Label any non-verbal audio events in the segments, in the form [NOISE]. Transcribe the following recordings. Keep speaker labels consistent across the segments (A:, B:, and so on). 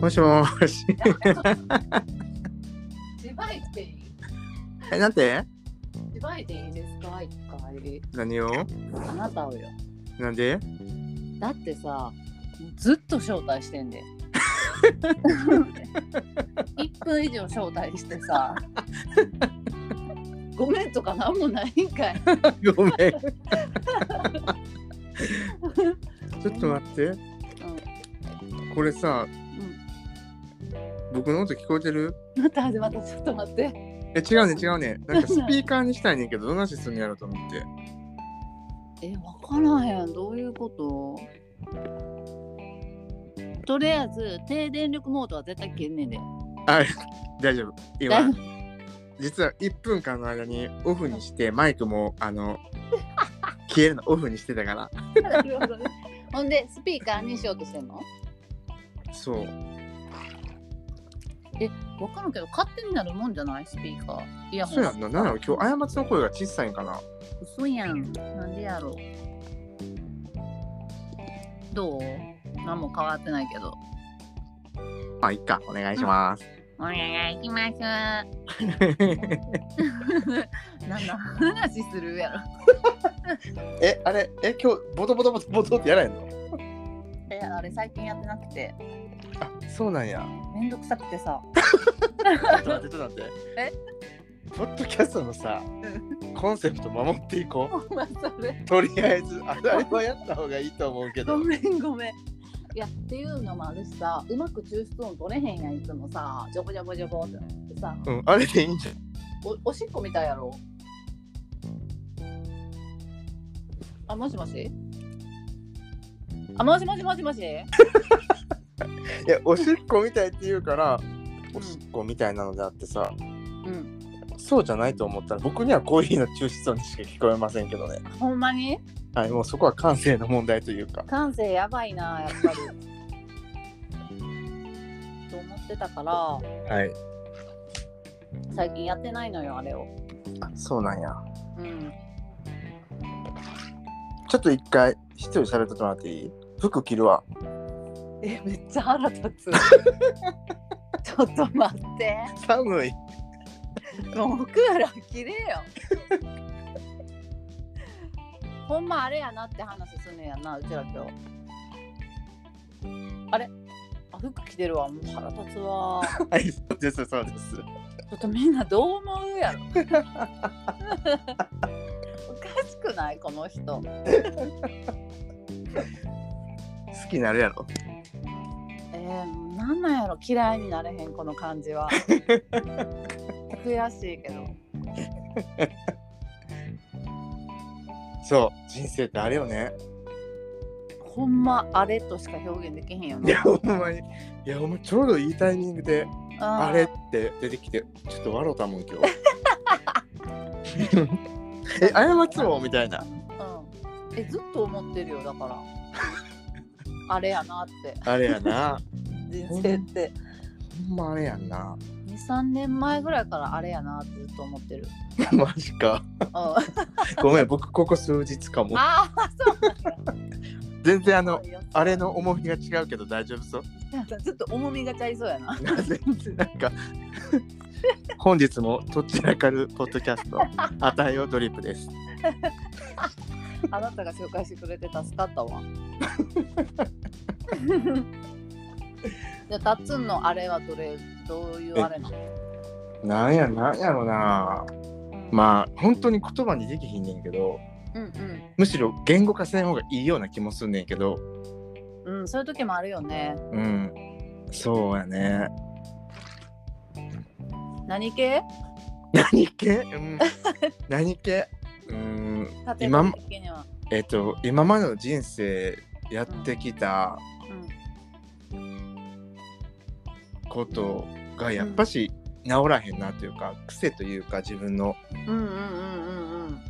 A: もしもーし。
B: しばいていい
A: え、なんて
B: しばいていいですか一回。
A: 何を
B: あなたをよ。
A: なんで
B: だってさ、ずっと招待してんで。1分以上招待してさ。ごめんとかなんもないんかい。
A: [LAUGHS] ごめん。ちょっと待って。これさ、僕の音聞こえてる
B: また始まった。ちょっと待って。
A: え、違うね、違うね。なんかスピーカーにしたいねんけど、どんなしすんのやろうと思って。
B: え、わからへん。どういうこととりあえず、低電力モードは絶対切んねんで。
A: あ、大丈夫。
B: 大
A: 今、実は1分間の間にオフにして、マイクも、あの、消えるのオフにしてたから。
B: [LAUGHS] なるほどねほんで、スピーカーにしようとしてんの
A: そう。
B: 分からんけど、勝手になるもんじゃないスピーカー。イヤホ
A: そ
B: ン
A: うやんな。なんだろう、今日、過ちの声が小さいんかな。
B: 嘘やん。なんでやろう。どう何も変わってないけど。
A: まあ、いっか。お願いします。
B: お願いします。なんだ話するやろ。
A: え、あれ、え、今日、ボトボトボトボトってやらへんの
B: え、あれ最近やってなくて、
A: あ、そうなんや。
B: めんどくさくてさ。
A: ちょっと待って、ちょっと待って。
B: え
A: ポッドキャストのさ、コンセプト守っていこ
B: ほん [LAUGHS] まそれ。
A: う。とりあえず、あれあれはやった方がいいと思うけ
B: ご
A: ど。
B: めんごめん。いやっていうのもあるしさ、うまく抽出音取れへんやん、いつもさ、ジョボジョボジョボってなってさ、
A: うん、あれでいいんじゃん。
B: おおしっこみたいやろ。あ、もしもしあ、もしもしもしもし
A: いや、おしっこみたいって言うから、おしっこみたいなのであってさ、
B: うん。
A: そうじゃないと思ったら、僕にはコーヒーの抽出音にしか聞こえませんけどね。
B: ほんまに
A: はい、もうそこは感性の問題というか。
B: 感性やばいな、やっぱり。と思ってたから、
A: はい。
B: 最近やってないのよ、あれを。
A: あそうなんや。
B: うん。
A: ちょっと一回一人喋っとってもらっていい服着るわ。
B: え、めっちゃ腹立つ。 [LAUGHS] ちょっと待って。
A: 寒い。
B: もうクーラー切れよ。ほんまあれやなって話すんねやな、うちら今日。あれあ、服着てるわ。もう腹立つわ。
A: はい、そうです、そうです。
B: ちょっとみんなどう思うやろ。おかしくないこの人。
A: 好きになるやろ。
B: えー、なんなんやろ嫌いになれへん、この感じ
A: [LAUGHS]
B: は。悔しいけど。
A: そう、人生ってあれよね。
B: ほんまあれとしか表現できへんよ
A: いや、
B: ね。
A: [LAUGHS] ほんまに。いや、お前ちょうどいいタイミングで、
B: あ
A: あれって出てきて、ちょっと笑うたもん、今 [LAUGHS] 日。え、過ちもみたいな。
B: うん、えずっと思ってるよだから [LAUGHS] あれやなって
A: あれやな。
B: 人
A: 生
B: 生
A: っ
B: って
A: ほんまあれやんな。
B: 23年前ぐらいからあれやなってずっと思って [LAUGHS] る、
A: [LAUGHS] マジか。
B: うん、あ
A: ごめん、僕ここ数日かも。
B: あそうなんだ
A: 全然あ
B: [LAUGHS]
A: の、あれの重みが違うけど大丈夫そう。
B: ちょっと重みがちゃいそうやな
A: 全然なんか [LAUGHS] 本日もとっちらかるポッドキャスト「あたいをドリップ」です
B: あなたが紹介してくれて助かっ
A: [LAUGHS]
B: たわじゃあたっつんのあれはどれどういうあれなの
A: なんやなんやろなまあ本当に言葉にできひんねんけど
B: うんうん
A: むしろ言語化せん方がいいような気もすんねんけど
B: うんそういう時もあるよね
A: うんそうやね
B: 何系
A: 何系、うん、何系うん
B: 縦
A: 今も
B: 的には
A: えっ、と今までの人生やってきた
B: うん
A: ことがやっぱし治らへんなというか癖というか自分の
B: うんうんうんうんうん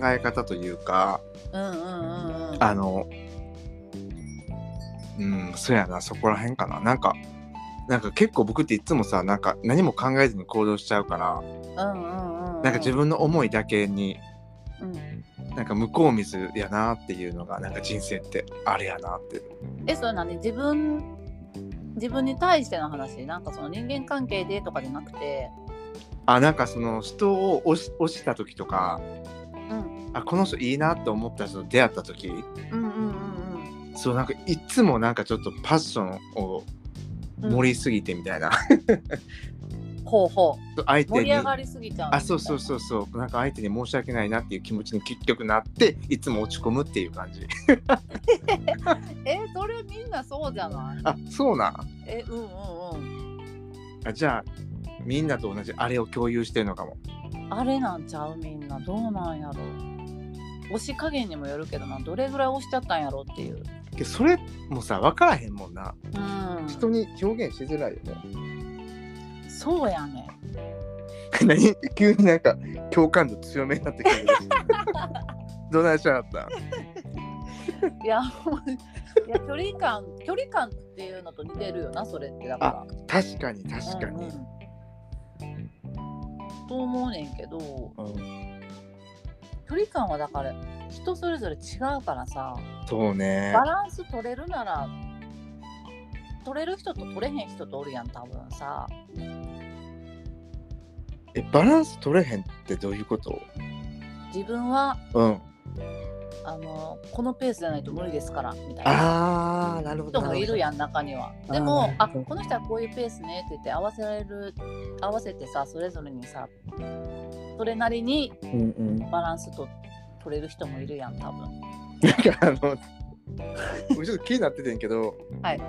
A: 考え方というか
B: うんうんうんうん
A: あの、うん、そうやな、そこら辺かな。なんか、なんか結構僕っていつもさ、なんか何も考えずに行動しちゃうから、
B: うんうん
A: なんか自分の思いだけに、
B: うん
A: なんか向こう水やなっていうのが、なんか人生ってあれやなって。
B: えそれ何自分自分に対しての話なんかその人間関係でとかじゃなくて
A: あなんかその人を押し押した時とか
B: うん
A: あこの人いいなと思った人と出会った時
B: うんうんうん
A: そうなんかいつもなんかちょっとパッションを
B: うん
A: 盛りすぎてみたいな、
B: うんほうほう
A: 相手
B: 盛
A: に
B: り上がりすぎちゃう
A: あそうそうそうそうなんか相手に申し訳ないなっていう気持ちに結局なっていつも落ち込むっていう感じ [LAUGHS]
B: えそれみんなそうじゃない
A: あそうなん
B: えうんうん
A: あじゃあみんなと同じあれを共有してるのかも
B: うんあれなんちゃうみんなどうなんやろ押し加減にもよるけどなどれぐらい押しちゃったんやろっていう
A: けどそれもさ分からへんもんな
B: うん
A: 人に表現しづらいよね
B: そうやね
A: [LAUGHS] 何急になんか共感度強めになってきてる [LAUGHS] どないしなかった
B: いやほんまにいや距離感距離感っていうのと似てるよなそれってだから
A: 確かに確か
B: う
A: に、
B: んうんと思うねんけど
A: うん
B: 距離感はだから人それぞれ違うからさ
A: そうね
B: バランス取れるなら取れる人と取れへん人とおるやん多分さ
A: えバランス取れへんってどういうこと
B: 自分は
A: うん
B: あのこのペースじゃないと無理ですからみたいな
A: あーなるほど
B: 人もいるやん中にはでも
A: あ
B: あ
A: ー
B: この人はこういうペースねって言って合わせられる合わせてさそれぞれにさそれなりに
A: うんうん [LAUGHS]
B: バランスと取れる人もいるやん多分
A: なんかあの僕ちょっと気になっててんけど
B: はい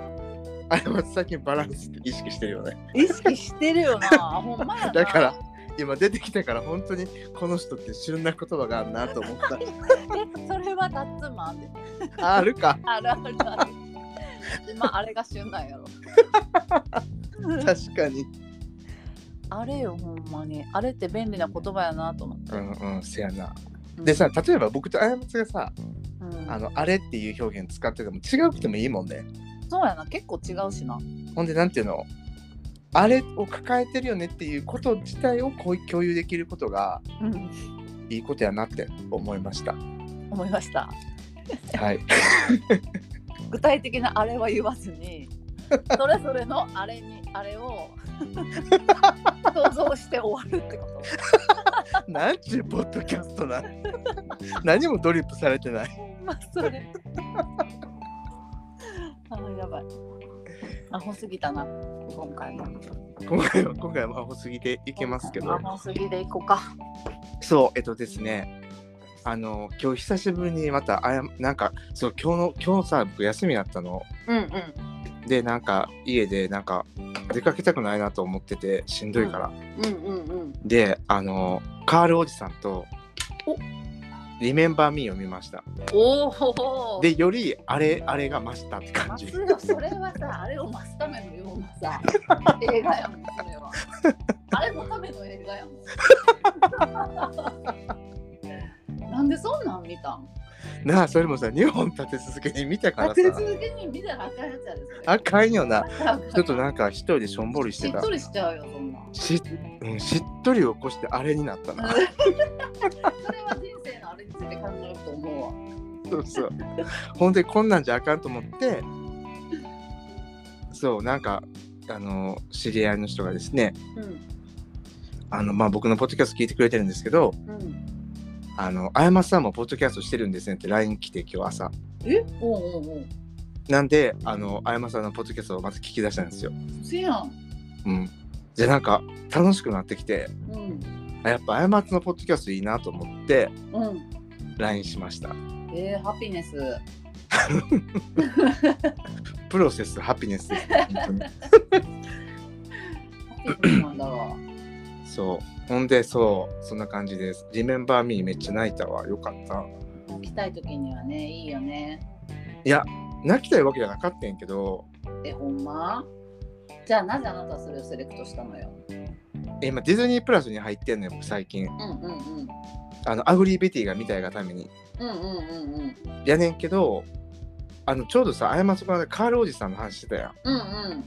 A: あれは最近バランスって意識してるよね
B: 意識してるよ
A: [LAUGHS]
B: なほんまやな
A: だから今出てきたから本当にこの人って旬な言葉があるなと思っ
B: [LAUGHS] えそれはタッツマンで
A: たあるか
B: あるあるあるまああれが旬なんやろ
A: 確かに
B: あれよほんまにあれって便利な言葉やなと思って、
A: うんうんせやな
B: うん
A: でさ例えば僕とあやむつがさ
B: うん
A: あのあれっていう表現使ってても違うくてもいいもんね
B: そうやな結構違うしな
A: ほんでなんていうのあれを抱えてるよねっていうこと自体をこう共有できることが
B: うん
A: いいことやなって思いました
B: 思いました
A: はい
B: 具体的なあれは言わずにそれぞれのあれにあれを想像して終わるってこと
A: なんちゅうポッドキャストな [LAUGHS] 何もドリップされてない
B: まあそれ
A: [LAUGHS]
B: あやばいアホすぎたな今回も
A: 今回は今回もアホすぎていけますけど
B: アホすぎでいこうか
A: そうえっとですねあの今日久しぶりにまたあやなんかそう今日の今日さ僕休みだったの
B: うんうん
A: でなんか家でなんか出かけたくないなと思っててしんどいから、
B: うんうんうん
A: であのカールおじさんと
B: お
A: 「リメンバー・ミー」を見ました
B: おお
A: でよりあれあれが増したって感
B: ます
A: じ
B: よそれはさあれを増すためのようなさ
A: [LAUGHS]
B: 映画やもんそれはあれのための映
A: [LAUGHS]
B: 画やもんなんでそんなん見たん
A: なあそれもさ2本立て続けに見たから
B: 立
A: さ
B: て続けに見たらあかんやつやで
A: あかんよな
B: それあかん
A: ちょっとなんか一人でしょんぼりし
B: してったと。りしちゃうよそんなん
A: し,、うん、しっとり起こしてあれになったな。
B: それは人生のあれについて考えると思うわ
A: そうそう。ほんでこんなんじゃあかんと思って、そうなんかあの知り合いの人がですね、
B: うん
A: あのまあ僕のポッドキャスト聞いてくれてるんですけど、
B: うん
A: あのあやまさんもポッドキャストしてるんですねって LINE 来て今日朝。
B: えおうおう
A: なんであのあやまさんのポッドキャストをまた聞き出したんですよ。
B: おうせやん
A: うん。でなんか楽しくなってきて、
B: うん
A: あやっぱあやまつのポッドキャストいいなと思って
B: うん
A: LINE しました。
B: えー、ハピネス
A: プロセスハピネスです、ね。本当に
B: ハピネスなんだ [COUGHS] わ
A: そう。ほんで、そう、そんな感じです。リメンバーミーめっちゃ泣いたわ。よかった。
B: 泣きたい時にはねいいよね
A: いや、泣きたいわけじゃなかったんやけど、
B: えほんまじゃあなぜあなたはそれをセレクトしたのよ
A: え今ディズニープラスに入ってんのよ、僕最近。
B: うんうんうん
A: あの、アグリーベティが見たいがために。
B: うんうんうんうん
A: やねんけど、あの、ちょうどさ、あやまそこでカールおじさんの話してたやん。
B: うんうん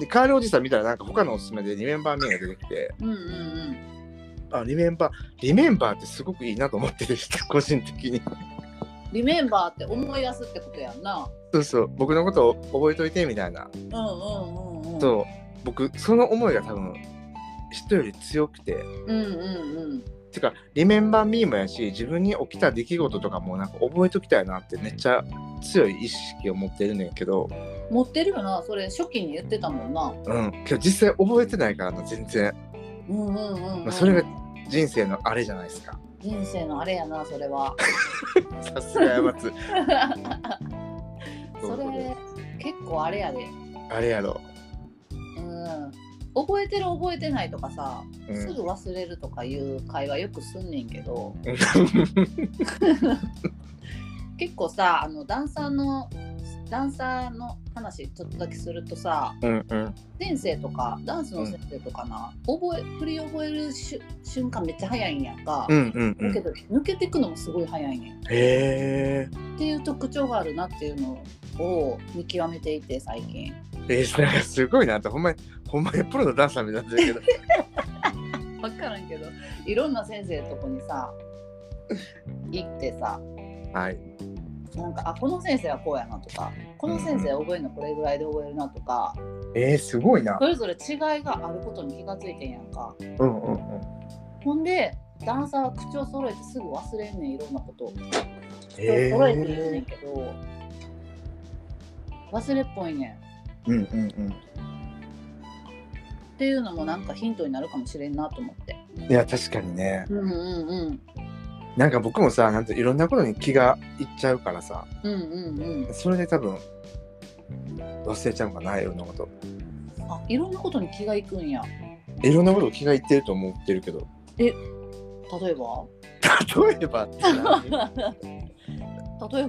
A: で、カールおじさん見たらなんか他のおすすめでリメンバーミーが出てきて、
B: うんうん
A: [LAUGHS] あ、リメンバー、リメンバーってすごくいいなと思ってる人、個人的に。
B: うリメンバーって思い出すってことやんな。
A: そうそう僕のことを覚えといてみたいな、
B: うんうんうんうん。
A: そう僕その思いが多分人より強くて
B: うんうん
A: てかリメンバーミーもやし自分に起きた出来事とかもなんか覚えときたいなってめっちゃ強い意識を持ってるねんやけど
B: うん。持ってるよな、それ初期に言ってたもんな。
A: うんけど実際覚えてないからな全然、
B: うんうんうん、うん。
A: まあ、それが人生のあれじゃないですか
B: 人生のあれやな、そ
A: [LAUGHS]
B: れは。
A: さすがやまつ
B: [LAUGHS] それ結構あれやで。
A: あれやろ、
B: うん。覚えてる覚えてないとかさ、
A: うん、
B: すぐ忘れるとかいう会話よくすんねんけど、結構さ、あのダンサーのダンサーの話ちょっとだけするとさ、
A: [LAUGHS] うんうん
B: 先生とかダンスの先生とかな、覚え振り覚えるし瞬間めっちゃ早いんやんか、
A: うんうんう
B: だけ
A: ん
B: ど抜けていくのもすごい早いねんっ
A: へ
B: ていう特徴があるなっていうのを見極めていて最近
A: ええー、なんかすごいなってほんまにほんまにプロのダンサーみたいになってるけど
B: 分からんけどいろんな先生とこに [LAUGHS] さ行ってさ [LAUGHS]
A: はい
B: なんかあこの先生はこうやなとかこの先生覚えるのこれぐらいで覚えるなとか、
A: えー、すごいな
B: それぞれ違いがあることに気がついてんやんか
A: うんうんうん
B: ほんでダンサーは口を揃えてすぐ忘れんねんいろんなことを。
A: え
B: 揃えて言うねんけど、忘れっぽいねん。
A: うんうんうん
B: っていうのもなんかヒントになるかもしれんなと思って。
A: いや確かにね
B: うんうんうん。
A: なんか僕もさなんていろんなことに気がいっちゃうからさ
B: うんうんうん。
A: それで多分忘れちゃうんかないろんなこと
B: あいろんなことに気がいくんや。
A: いろんなこと気がいってると思ってるけど
B: 例えば
A: 例えばって
B: [LAUGHS]
A: 何
B: 例えば
A: 例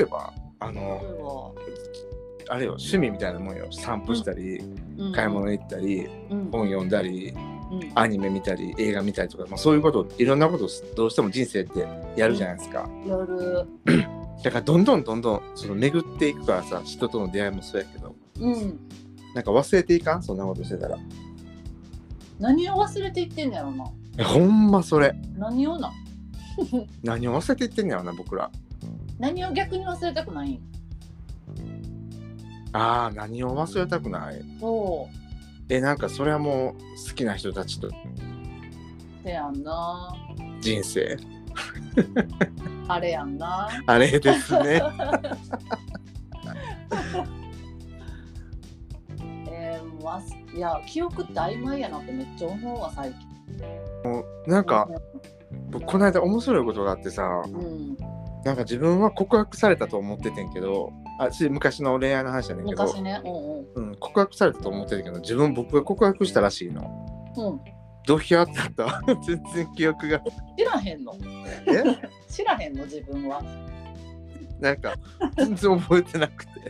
A: えばあ
B: 例
A: の
B: えば、
A: あれよ趣味みたいなもんよ散歩したり、
B: うん
A: 買い物行ったり
B: うん
A: 本読んだり
B: うん
A: アニメ見たり映画見たりとか、まあ、そういうこといろんなことどうしても人生ってやるじゃないですか
B: 夜
A: だからどんどんどんどんその巡っていくからさ人との出会いもそうやけど
B: うん
A: なんか忘れていかんそんなことしてたら
B: 何を忘れていってんだろうな。
A: えほんまそれ
B: 何をな
A: 何を忘れていってんねやろな僕ら
B: 何を逆に忘れたくないん
A: あー何を忘れたくない
B: そ
A: えなんかそれはもう好きな人たちと
B: うせやんな
A: 人生
B: あれやんな
A: あれです
B: [LAUGHS]
A: ね
B: えー、わすいや記憶って曖昧やなってめっちゃ思うわ最近
A: なんか僕この間面白いことがあってさ
B: うん、
A: なんか自分は告白されたと思っててんけどあし昔の恋愛の話じゃねんけど
B: 昔ねうんうん
A: うん、告白されたと思ってるけど自分僕が告白したらしいの
B: うん
A: ドヒャーってなった [LAUGHS] 全然記憶が
B: 知らへんの
A: え
B: 知らへんの自分は
A: なんか全然覚えてなくて
B: っ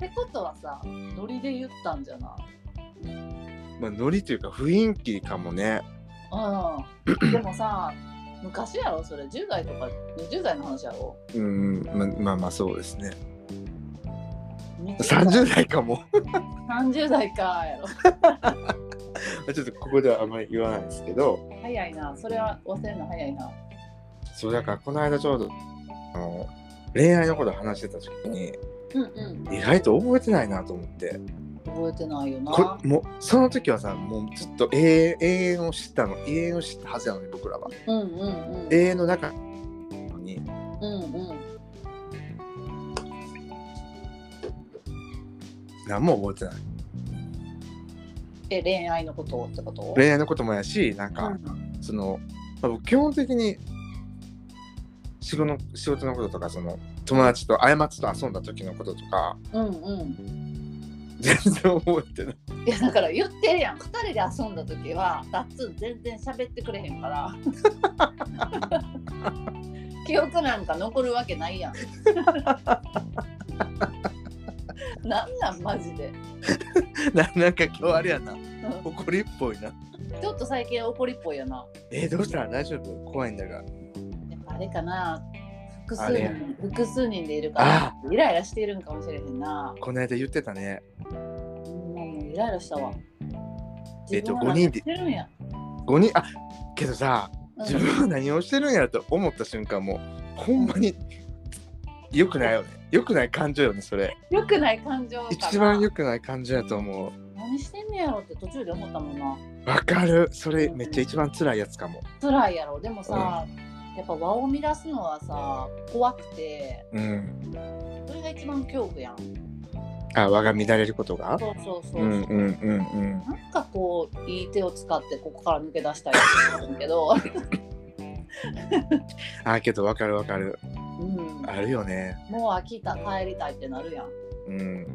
B: てことはさノリで言ったんじゃない
A: まあノリというか雰囲気かもね
B: うんでもさ昔やろそれ10代とか20代の話やろ
A: うんままあまあそうですね
B: 20
A: 30代かも [LAUGHS]
B: 30代かやろ
A: ちょっとここではあまり言わないですけど
B: 早いなそれは忘れるの早いな
A: そうだからこの間ちょうどあの恋愛のこと話してた時に
B: うんうん
A: 意外と覚えてないなと思って
B: 覚えてないよ
A: こ
B: な
A: もうその時はさもうずっと永遠永遠を知ったの永遠を知ったはずなのに僕らは
B: うんうんうん
A: 永遠の中に
B: うんうん
A: 何も覚えてない
B: え恋愛のことをってこと
A: 恋愛のこともやしなんか、
B: うん
A: その、まあ僕基本的に仕事の仕事のこととかその友達と過ちと遊んだ時のこととか
B: うんうん
A: 全然覚えてない [LAUGHS]
B: いやだから言ってるやん2人で遊んだ時はダッツン全然喋ってくれへんから
A: [LAUGHS]
B: 記憶なんか残るわけないやんなんなんマジで、
A: ななんか今日あれやな
B: う
A: 怒りっぽいなん
B: ちょっと最近怒りっぽいよな
A: えーどうしたら大丈夫怖いんだが
B: やっぱあれかな複
A: あ
B: 数
A: れや
B: 人複数人でいるからイライラしているんかもしれへんな
A: この間言ってたね
B: うんもうイライラしたわ
A: えっと
B: 自分は
A: 五人で
B: 何してるんや
A: 5人あけどさ自分は何をしてるんやと思った瞬間もうほんまに良くないよね良くない感情よねそれ
B: よくない感情から
A: 一番良くない感情やと思う
B: 何してんねやろって途中で思ったもんな
A: わかるそれめっちゃ一番辛いやつかも
B: 辛いやろでもさ、やっぱ輪を乱すのはさ怖くて
A: うん
B: それが一番恐怖やん
A: あ輪が乱れることが
B: そうそうそう
A: う
B: そう、
A: んうんうんうん
B: なんかこういい手を使ってここから抜け出したりするんだけど、
A: あけどわかるわかる
B: うん、
A: あるよね
B: もう飽きた帰りたいってなるやん
A: うん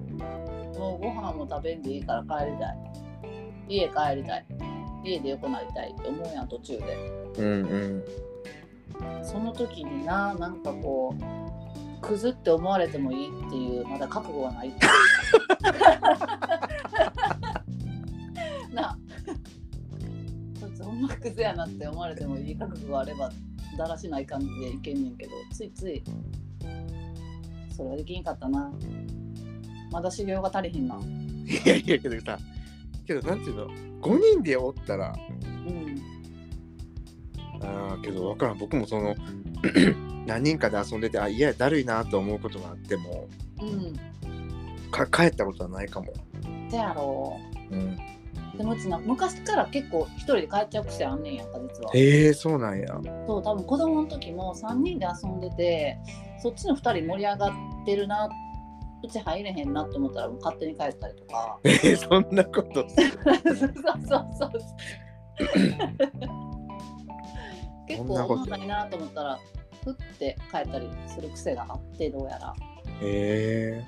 B: もうご飯も食べんでいいから帰りたい家帰りたい家で横なりたいって思うやん途中で
A: うんうん
B: その時にななんかこうクズって思われてもいいっていうまだ覚悟がないっていうなあこいつほんまクズやなって思われてもいい覚悟があればだらしない感じでいけんねんけどついついそれはできんかったなまだ修行が足りひんな、う
A: いやいやけどさけどなんていうの5人でおったら
B: ん、
A: あーけど分からん僕もその [CLEARS THROAT] 何人かで遊んでてあいやだるいなと思うことがあっても
B: うん
A: か帰ったことはないかも、
B: せやろ
A: うん、
B: でもうちな昔から結構一人で帰っちゃう癖あんねんやんか実は
A: えー、そうなんや
B: そう多分子供の時も3人で遊んでてそっちの2人盛り上がってるなうち入れへんなと思ったらもう勝手に帰ったりとか
A: [LAUGHS] えー、そんなこと
B: [LAUGHS] そうそう
A: [LAUGHS]
B: そうそう結
A: そ
B: 構
A: んなこと
B: 物足りなと思ったらふって帰ったりする癖があってどうやら
A: え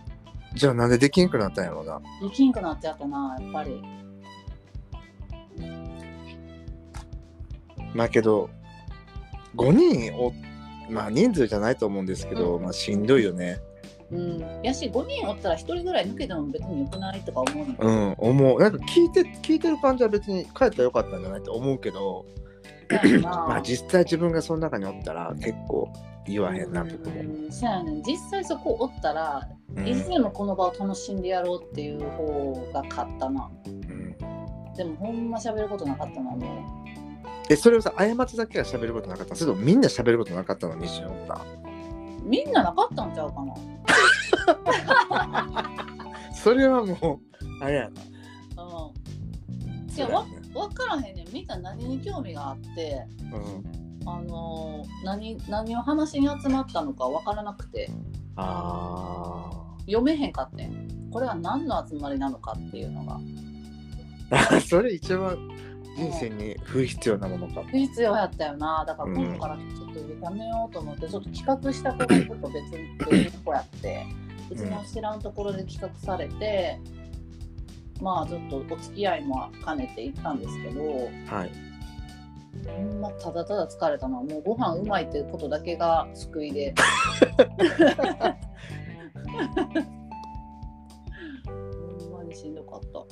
A: ー、じゃあなんでできんくなったんやろうな
B: できんくなっちゃったなやっぱり
A: まあけど5人おまあ人数じゃないと思うんですけど、
B: うん
A: まあしんどいよね
B: うんやし5人おったら1人ぐらい抜けても別によくないとか思うの
A: うん思うなんか聞いて聞いてる感じは別に帰ったらよかったんじゃないと思うけど
B: だよな
A: まあ実際自分がその中におったら結構言わへんなとかも、
B: うんそうやねん実際そこおったら、
A: うん
B: いつでもこの場を楽しんでやろうっていう方が勝ったな
A: うん
B: でもほんま喋ることなかったなも
A: えそれをさ過ちだけが喋ることなかったそれともみんな喋ることなかったのにしよった
B: うみんななかったんちゃうかな、
A: それはもうあれやな
B: うん、い
A: そ
B: や
A: うだよ
B: わ
A: ね
B: 分からへんねんみんな何に興味があって
A: うん
B: あのー何何を話に集まったのか分からなくて
A: あ
B: 読めへんかってんこれは何の集まりなのかっていうのが
A: ーそれ一番人生に不必要なものかも、
B: 必要やったよなだから今度からちょっとやめようと思って、ちょっと企画した子がちょっと別に別の子やってうちの知らんところで企画されて、まあちょっとお付き合いも兼ねて行ったんですけど
A: はい
B: ほんまただただ疲れたのはもうご飯うまいっていうことだけが救い [LAUGHS] でほんまにしんどかった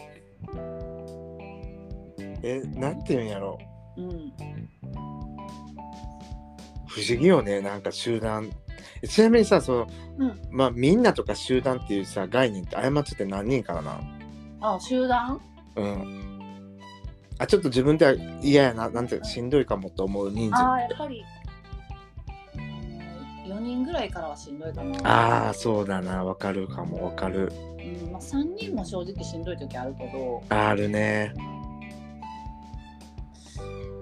A: えなんて言うんやろ
B: うん
A: 不思議よねなんか集団えちなみにさその、
B: うん
A: まあみんなとか集団っていうさ概念って過ちって何人からな
B: あ集団
A: うんあちょっと自分では嫌やななんていうかしんどいかもと思う人数
B: ああやっぱり4人ぐらいからはしんどいかな
A: ああそうだなわかるかもわかる
B: うんまあ、3人も正直しんどい時あるけど
A: あるね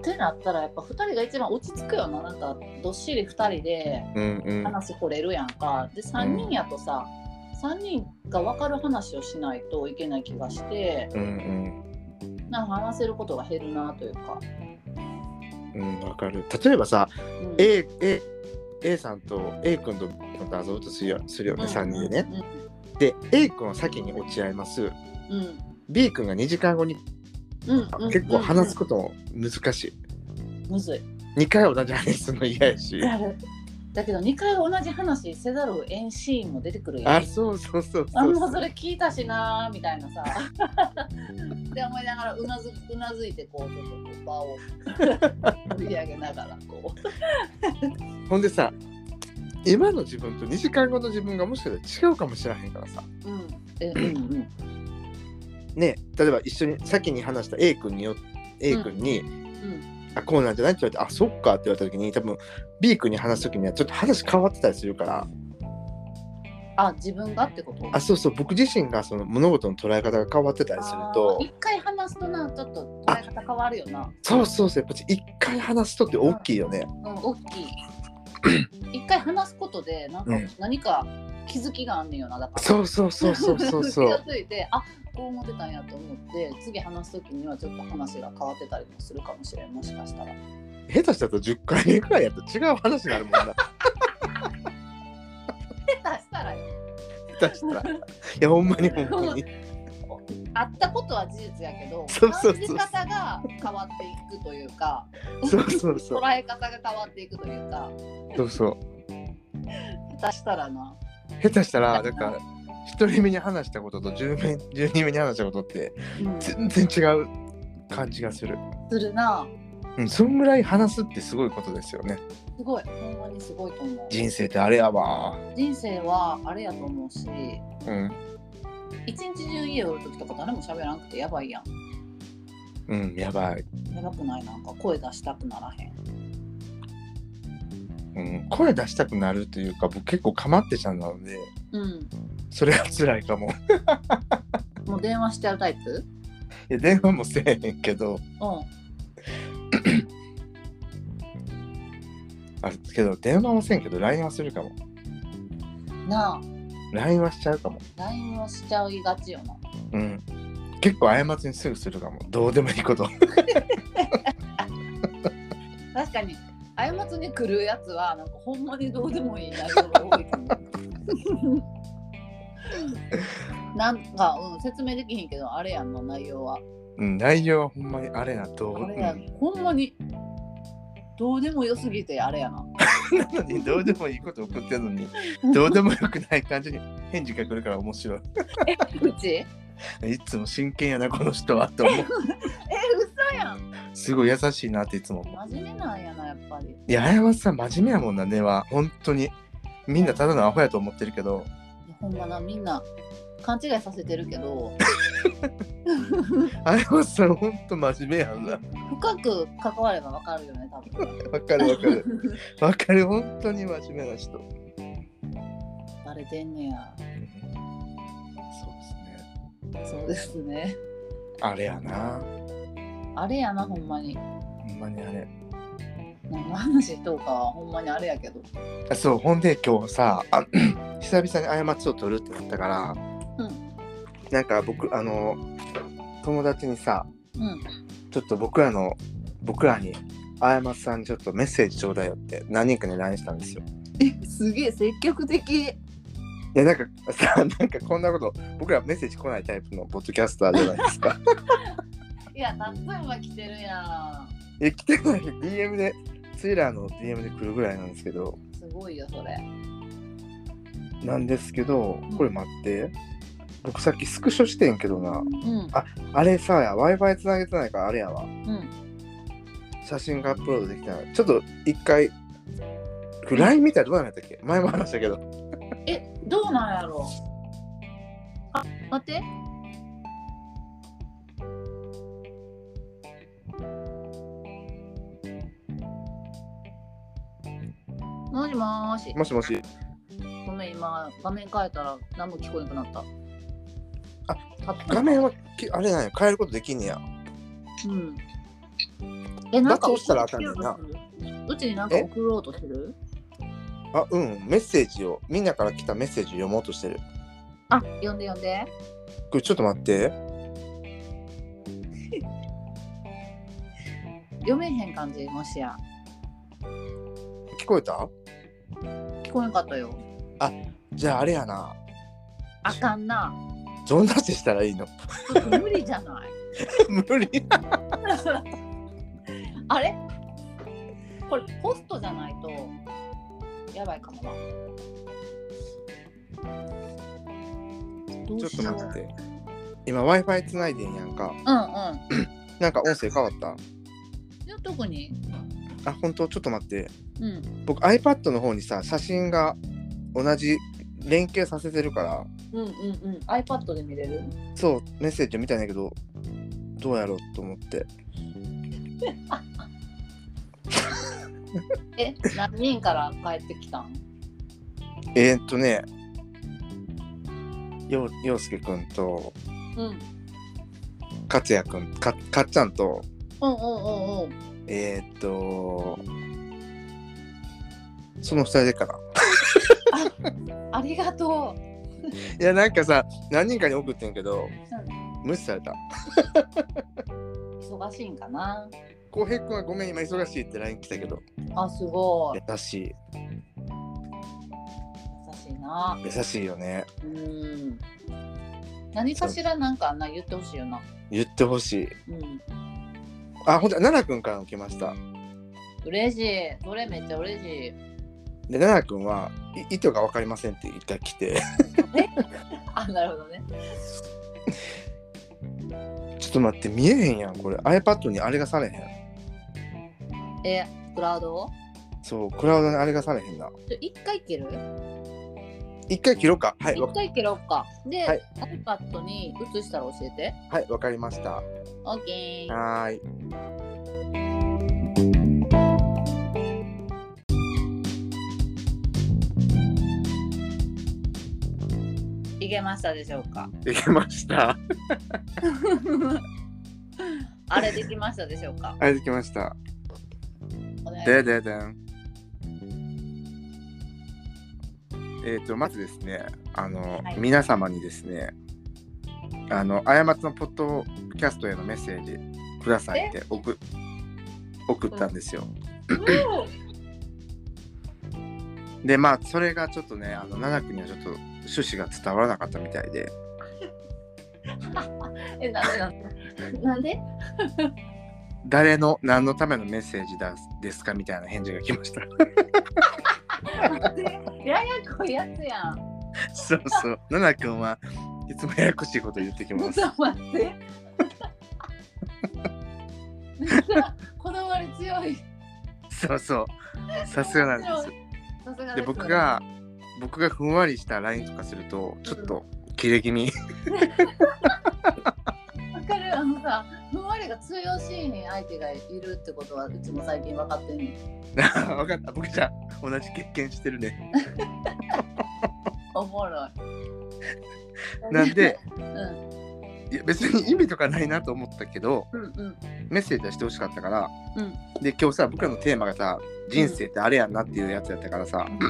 B: ってなったらやっぱ2人が一番落ち着くよななんかどっしり2人で
A: うんうん
B: 話掘れるやんかで3人やとさ、3人が分かる話をしないといけない気がして
A: うん
B: なんか話せることが減るなというか、
A: うんうんわかる例えばさ
B: うん、
A: A, A, A さんと A 君と B 君と遊ぶとするよするよね
B: うん
A: 3人でねで A 君は先に落ち合います
B: うん
A: B 君が2時間後に
B: うんうんうん
A: 結構話すことも難しい
B: むずい
A: 2回同じ話するの嫌やし
B: やるだけど2回同じ話せざるをえんシーンも出てくるやん
A: あそうそうそう
B: あ
A: そ
B: ん
A: う
B: まそれ聞いたしなーみたいなさ。で思いながらうなずうなずいてこうちょっとこう場を盛り上げながらこう。
A: ほんでさ今の自分と2時間後の自分がもしかしたら違うかもしれへんからさ
B: うんえうん
A: ね例えば一緒に先に話した A 君によ A 君に、
B: うん
A: あこうなんじゃないって言われてあそっかって言われた時に多分 B 君に話す時にはちょっと話変わってたりするから
B: あ自分がってこと
A: あそうそう僕自身がその物事の捉え方が変わってたりすると
B: あー一回話すとなちょっと捉え方変わるよな、
A: そうそうそうやっぱ一回話すとって大きいよね
B: うん、大きい一回話すことでなんか
A: うん
B: 何か気づきがあんねんよなだから
A: そうそうそうそうそうそ
B: 気
A: [LAUGHS]
B: が
A: う
B: ついてあこう思ってたんやと思って次話す時にはちょっと話が変わってたりもするかもしれんもしかしたら
A: 下手したと10回目くらいやったら違う話になるもんな
B: 下手したらよ
A: [LAUGHS] 下手したら [LAUGHS] いやほんまにほんまに
B: あったことは事実やけど
A: そうそうそう
B: 感じ方が変わっていくというか
A: そうそうそう
B: 捉え方が変わっていくというか
A: そうそう
B: 下手したらな
A: 下手したらなんか1人目に話したことと10名10人目に話したことって
B: うん
A: 全然違う感じがする、
B: するな
A: うん、そんぐらい話すってすごいことですよね
B: すごいほんまにすごいと思う
A: 人生ってあれやわ
B: 人生はあれやと思うし
A: うん
B: 一日中家おる時とか誰も喋らんくてやばいやん
A: うんやばい、
B: やばくないなんか声出したくならへん
A: うん、声出したくなるというか僕結構かまってちゃんなので
B: うん
A: それは辛いかもい
B: もう電話しちゃうタイプ
A: や電話もせえへんけど
B: う
A: あけど電話もせんけど LINE はするかも
B: んなあ
A: LINE はしちゃうかも
B: LINE をしちゃいがちよな
A: うん結構過ちにすぐするかもどうでもいいこと
B: 確かに過ちに来るやつはなんかほんまにどうでもいい内容が多いと思うなんか、うん、説明できへんけどあれやんの内容は
A: うん内容はほんまにあれなどう
B: あれやんほんまにどうでもよすぎてあれやな
A: なのにどうでもいいこと送ってるのにどうでもよくない感じに返事が来るから面白い。
B: うち
A: いつも真剣やなこの人はと思う。
B: え嘘やん
A: すごい優しいなっていつも思う。
B: 真面目なんやなやっぱり
A: いやあやはさん真面目やもんな根は本当にみんなただのアホやと思ってるけど
B: ほんまなみんな勘違いさせてるけど
A: あやはさん本当真面目やんな。
B: 深く関わればわかるよね多分
A: わかるわかる [LAUGHS] わかる本当に真面目な人。そうで
B: バレてんねや
A: すね。
B: そうですね
A: あれやな。
B: あれやなほんまに
A: ほんまにあれ。
B: 何の話とかはほんまにあれやけど
A: あそうほんで今日さ [CLEARS THROAT] あ久々に過ちを取るってなったから。
B: うん
A: なんか僕あの友達にさ
B: うん
A: ちょっと僕らの僕らにあやまさんちょっとメッセージちょうだいよって何人かに LINE したんですよ。
B: えすげえ積極的
A: いやなんかさなんかこんなこと僕らメッセージ来ないタイプのポッドキャスターじゃないですか。
B: いやたっつんは来てるやん
A: え来てない DM でツイラーの DM で来るぐらいなんですけど
B: すごいよそれ
A: なんですけどこれ待って僕さっきスクショしてんけどな
B: うん
A: あれさ w i f i つなげてないからあれやわ
B: うん
A: 写真がアップロードできてないちょっと一回 LINE 見たらどうなんやったっけ前も話したけど
B: えどうなんやろあ待ってもしもーし
A: もしもし。
B: ごめん今画面変えたら何も聞こえなくなった
A: あ
B: あ
A: 画面はきあれなんや、変えることできんねや。
B: うん。え、なんか
A: だとしたらあかんねんな
B: 送ろうとする。うちになんか
A: え
B: 送ろうとする
A: あ、うん、メッセージを、みんなから来たメッセージを読もうとしてる。
B: あ、呼んで呼んで。
A: これちょっと待って。
B: 読めへん感じ、もしや。
A: 聞こえた
B: 聞こえんかったよ。
A: じゃああれやな。
B: あかんな。
A: どんな話したらいいの [LAUGHS]
B: ちょっと無理じゃない。 [LAUGHS]
A: 無理
B: あれこれホストじゃないとやばいかもな。
A: ちょ
B: ど
A: っ
B: う
A: と
B: しよう。
A: 待って。今 Wi-Fi つないでんやんか。
B: うんうん。
A: なんか音声変わっ
B: いや特に。
A: たあ、本当ちょっと待って。
B: うん。
A: 僕 iPad の方にさ、写真が同じ連携させてるから、
B: うんうんうん。iPad で見れる
A: そう、メッセージを見たんやけど、どうやろうと思って。
B: え、何人から帰ってきたん
A: えーっとね、よう、ようすけくんと、
B: うん。うん
A: かつやくん、か、かっちゃんと、
B: うんうんうん。
A: えーっと、その二人でかな。
B: ありがとう。
A: いや、なんかさ、何人かに送ってんけど、無視された。
B: 忙しいんかな。
A: 浩平くんはごめん、今忙しいって LINE 来たけど、
B: あ、すごい。
A: 優しい。
B: 優しいな。
A: 優しいよね。
B: うん。何かしらなんかな言ってほしいよな。
A: 言ってほしい。
B: うん。
A: あ、ほんと、奈々くんからも来ました。
B: 嬉しい。それめっちゃ嬉しい。
A: で、奈々くんは、い意図が分かりませんって一回来て、 [LAUGHS]
B: あ、なるほどね。
A: ちょっと待って、見えへんやん、これ。iPad にあれがされへん。
B: え、クラウド
A: そう、クラウドにあれがされへんな。
B: ちょ一回切る
A: 一回切ろうか。はい、わ
B: 一回切ろうか。で、
A: はい
B: iPad に移したら教えて。
A: はい、わかりました。
B: OK。
A: はーい。
B: いけましたでしょ
A: [LAUGHS]
B: うか
A: できました。
B: あれできましたでしょうか
A: はい、できました。
B: お願いしま
A: でででん。えっ、と、まずですね、あの、
B: はい
A: 皆様にですね、あの、過ちのポッドキャストへのメッセージくださいって送送ったんですよ。
B: す
A: で、まあ、それがちょっとね、あの、奈々君にはちょっと趣旨が伝わらなかったみたいで、
B: え、なんでなんでなんで
A: 誰の、何のためのメッセージだですかみたいな返事が来ま
B: [LAUGHS]
A: した。
B: ややこいやつやん。
A: そうそう。奈々君はいつもややこしいこと言ってき
B: ちょ
A: ま
B: っ
A: す。
B: と待って。 [LAUGHS] こだわり強い。
A: そうそう。さすがなんですよ。
B: さす
A: で
B: がですね
A: 僕。が僕がふんわりした LINE とかするとちょっと切れ気味 [LAUGHS]
B: わかるあのさ、ふんわりが通用しいに相手がいるってことは、うちも最近分かってんねん。
A: 分かった僕じゃあ同じ経験してるね
B: おもろい。
A: なんで、
B: うん、
A: いや別に意味とかないなと思ったけど
B: うん、うん、
A: メッセージはしてほしかったから、
B: うん
A: で今日さ僕らのテーマがさ人生ってあれやんなっていうやつやったからさ [CLEARS THROAT]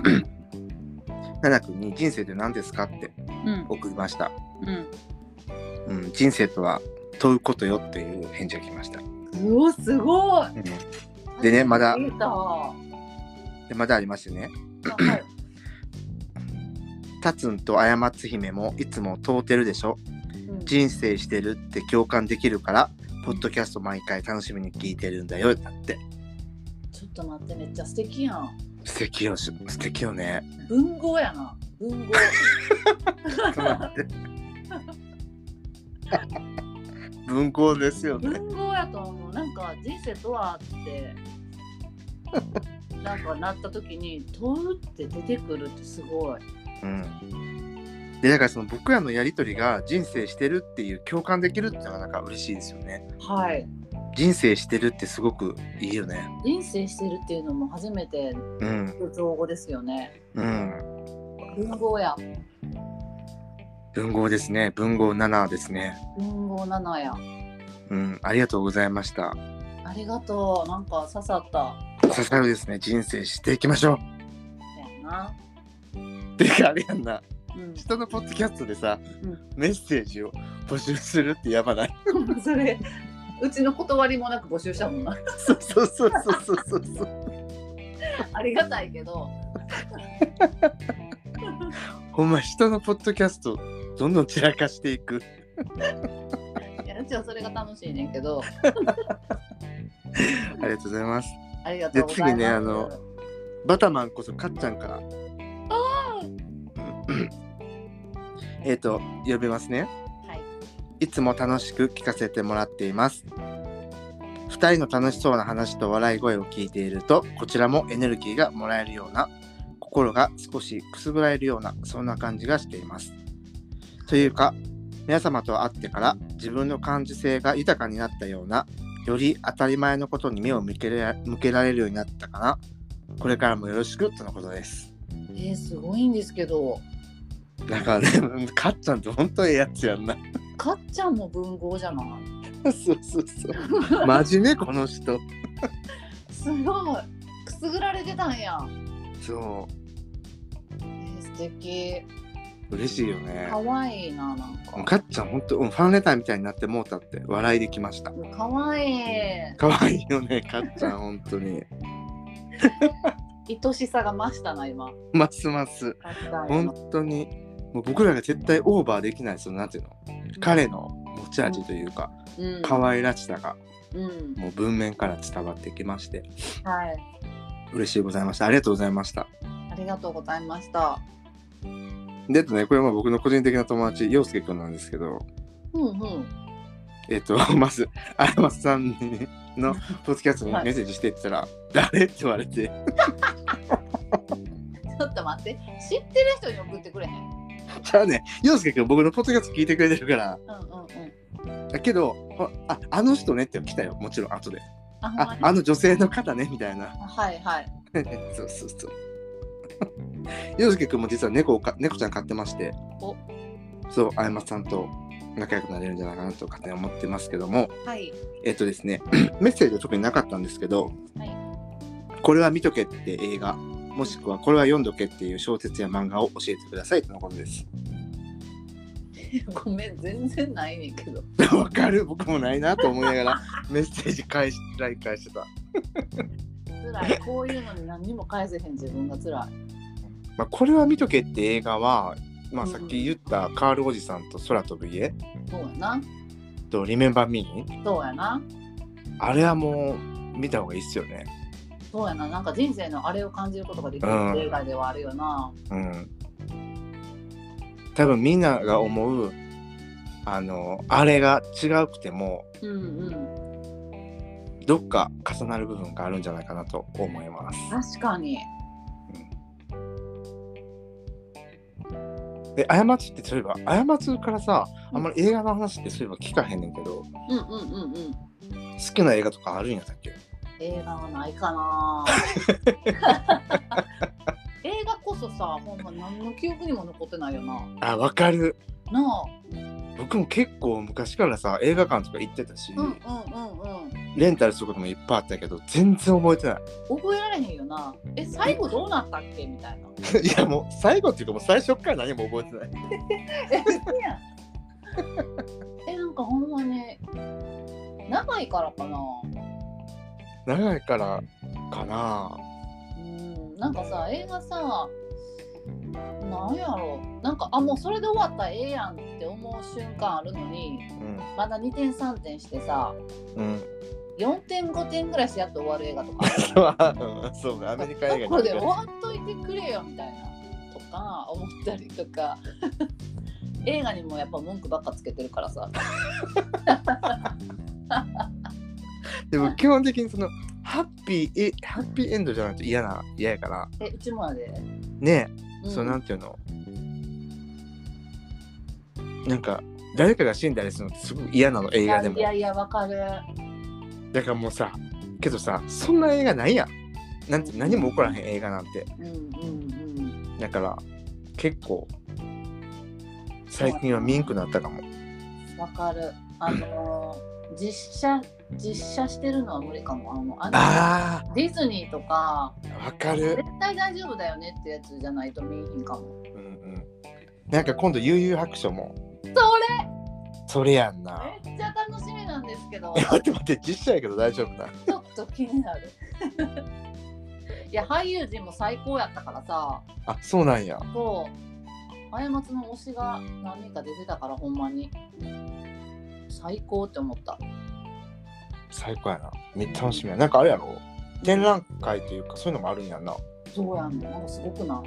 A: 奈々君に「人生って何ですか?」って
B: うん、
A: 送りました、
B: うん。
A: うん、人生とは問うことよっていう返事が来ました、
B: うお、すごい。
A: うんでねまだ
B: 見えた。は
A: でまだありましてね
B: い。
A: 「タツンと過つ姫もいつも問うてるでしょ」
B: うん
A: 人生してるって共感できるから、ポッドキャスト毎回楽しみに聞いてるんだよ。だって。
B: ちょっと待って、めっちゃ素敵やん。
A: 素敵よ、し素敵よね。
B: 文豪やな。
A: [LAUGHS]
B: 文
A: ち
B: 豪。
A: ょっと待 [LAUGHS] って。文豪ですよね。
B: 文豪やと思う。なんか人生とはって。
A: [LAUGHS]
B: なんかなった時に、問うって出てくるってすごい。
A: うん。で、だからその僕らのやりとりが人生してるっていう共感できるっていうのがなんか嬉しいですよね。
B: はい。
A: 人生してるってすごくいいよね。
B: 人生してるっていうのも初めて
A: うん。
B: の造語ですよね。
A: うん。
B: 文豪や。
A: 文豪ですね。文豪7ですね。
B: 文豪七や。
A: うん。ありがとうございました。
B: ありがとう。なんか刺さった。
A: 刺さるですね。人生していきましょ
B: やな。
A: う。っていうか、あれやんな。
B: うん。
A: 人のポッドキャストでさ、
B: うん
A: メッセージを募集するってやばない [LAUGHS]
B: [LAUGHS] それ、うちの断りもなく募集したもんな。 [LAUGHS]
A: そうそうそうそうそうそう
B: ありがたいけど。
A: ほんま人のポッドキャストどんどん散らかしていく
B: いや、うちはそれが楽しいねんけど。
A: ありがとうございます
B: ありがとうございます。
A: で次ねあのバタマンこそかっちゃんからうんえっと呼びますね
B: はい。
A: いつも楽しく聞かせてもらっています2人の楽しそうな話と笑い声を聞いているとこちらもエネルギーがもらえるような心が少しくすぐられるようなそんな感じがしていますというか皆様と会ってから自分の感受性が豊かになったようなより当たり前のことに目を向けら向けられるようになったかなこれからもよろしくとのことです
B: えー、すごいんですけど
A: だからね [LAUGHS] かっちゃんって本当ええやつやんな [LAUGHS]
B: かっちゃんの文豪じゃない
A: そうそうそう真面目この人
B: すごいくすぐられてたんや
A: そ
B: えー、素敵
A: う嬉しいよね
B: 可愛いななんか
A: かっちゃん本当うんファンレターみたいになってもうたって笑いできました
B: 可愛
A: 可愛いよ [LAUGHS] ねかっちゃん本当に
B: い愛しさが増したな今
A: ますます
B: かっちゃんへの
A: 本当にもう僕らが絶対オーバーできないそのなんていうの彼の持ち味というか
B: うん
A: 可愛らしさが
B: うん
A: もう文面から伝わってきまして
B: はい
A: 嬉しいございましたありがとうございました
B: ありがとうございました
A: であとねこれはまあ僕の個人的な友達陽介くんなんですけど
B: うんうん
A: えっ、と [LAUGHS] まず荒松さんにの [LAUGHS] ポッドキャストにメッセージしてって言ったら「誰?」って言われて
B: ちょっと待って知ってる人に送ってくれへん
A: [LAUGHS] じゃあね陽介くん僕のポッドキャスト聞いてくれてるから
B: うんうんうん
A: だけどほああの人ねって来たよもちろん後で
B: あほんま
A: あ
B: に
A: あの女性の方ねみたいな [LAUGHS]
B: はいはい
A: そうそうそう陽介くんも実は猫をか猫ちゃん飼ってまして
B: お
A: そうあやまさんと仲良くなれるんじゃないかなと勝手に思ってますけども
B: はい [LAUGHS]
A: えっとですね [CLEARS THROAT] メッセージは特になかったんですけど、
B: はい
A: これは見とけって映画もしくはこれは読んどけっていう小説や漫画を教えてくださいとのことです
B: ごめん全然ないねんけど
A: [LAUGHS] わかる僕もないなと思いながらメッセージ返し来返してた
B: 辛いこういうのに何にも返せへん自分が辛い
A: まあ、これは見とけって映画は、まあ、さっき言ったカールおじさんと空飛ぶ家
B: そうやな
A: とリメンバーミー
B: そうやな
A: あれはもう見た方がいいっすよね。
B: そうやななんか人生のあれを感じることができ
A: う
B: る
A: ん
B: 映画ではあるよな
A: うん。多分みんなが思う、あの、あれが違うくても、
B: うんうん
A: どっか重なる部分があるんじゃないかなと思います。
B: 確かに
A: で、過ちってそういえば、過ちからさ、あんまり映画の話ってそういえば聞かへんねんけど、
B: うんうんうんうん
A: 好きな映画とかあるんやったっけ
B: 映画はないかな
A: [LAUGHS]
B: 映画こそさほんま何の記憶にも残ってないよな
A: あ、わかる。
B: なあ
A: 僕も結構昔からさ、映画館とか行ってたし、
B: うんうんうんうん
A: レンタルすることもいっぱいあったけど全然覚えてな
B: 覚えられへんよなえ最後どうなったっけみたいない
A: い [LAUGHS] やもう最後っていうかもう最初から何も覚えてない
B: え嘘やん
A: [LAUGHS]
B: えなんかほんまに長いからかな
A: 長いからかな
B: うんなんかさ映画さなんやろなんかあもうそれで終わったらええやんって思う瞬間あるのに
A: うん
B: まだ2点3点してさ
A: うん [LAUGHS]
B: 4点5点ぐらいしてやっと終わる映画とか
A: そうかアメリカ映画
B: ここ
A: に
B: で終わっといてくれよみたいなとか思ったりとか映画にもやっぱ文句ばっかつけてるから
A: [LAUGHS]
B: さ
A: でも基本的にそのハッピーえハッピーエンドじゃないと嫌な嫌やから
B: えうちもやで、
A: ね
B: うん
A: そうなんていうのなんか誰かが死んだりするのってすごく嫌なの映
B: い
A: 画
B: や
A: でも
B: いやいやわかる
A: だからもうさけどさそんな映画ないやんなんて何も起こらへん映画なんて
B: うんうんうん
A: だから結構最近はミンクなったかも。
B: わかる。あのー実写実写してるのは無理かも。あのあの
A: あ
B: ディズニーとか
A: あわか
B: 絶
A: る、
B: 対大丈夫だよねってやつじゃないと見えへんかも。
A: うんうん。なんか今度悠々白書も
B: それ
A: それやんな。
B: めっちゃ楽しみなんですけど
A: え、待って待って実写やけど大丈夫な。
B: ちょっと気になる。 [LAUGHS] いや俳優陣も最高やったからさ、
A: あそうなんや。
B: そう過ちの推しが何人か出てたからほんまに最高って思った。
A: 最高やな。めっちゃ楽しみや。なんかあれやろ展覧会というかそういうのもあるんやんな。
B: そうやんね。なんかすごくない。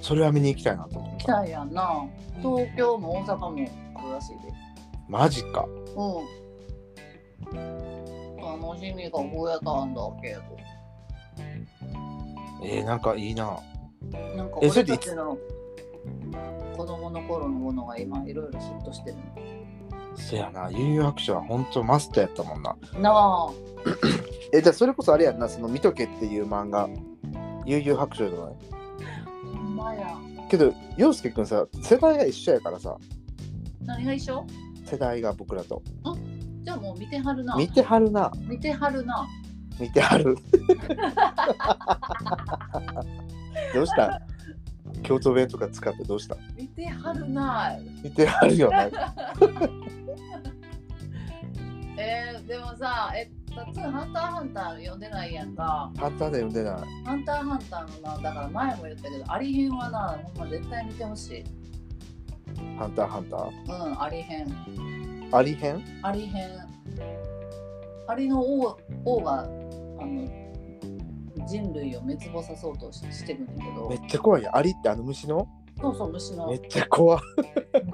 A: それは見に行きたいなと思っ
B: 来
A: た。
B: たいやんな。東京も大阪もあるらしいで。
A: マジか。
B: うん。楽しみが増えたんだけど。
A: えー、なんかいいな。
B: なんか
A: えそれ
B: 俺
A: でい
B: た
A: つ
B: ちの子供の頃のものが今いろいろヒットしてるの。
A: せやな、悠々白書は本当マストやったもんな。
B: なあ
A: え、じゃあそれこそあれやんな、その見とけっていう漫画、悠々白書じゃない
B: ほんまや
A: けど、洋介くんさ、世代が一緒やからさ、
B: 何が一緒
A: 世代が僕らと。
B: じゃあもう見てはるな
A: 見てはるな、
B: 見てはるな
A: 見ては [LAUGHS] る。どうした京都弁とか使ってどうした
B: 見てはるな
A: 見てはるよな。
B: えー、でもさえつハンターハンター読んでないやんか
A: あったね、読んでない。
B: ハンターハンターのなだから前も言ったけどありへんはなほんま絶対見てほしい
A: ハンターハンター。
B: うんありへん
A: ありへん
B: アリ編アリの王王があの人類を滅亡さそうとししてるんだけど
A: めっちゃ怖いやん。アリってあの虫の
B: そうそう虫の
A: めっちゃ怖い。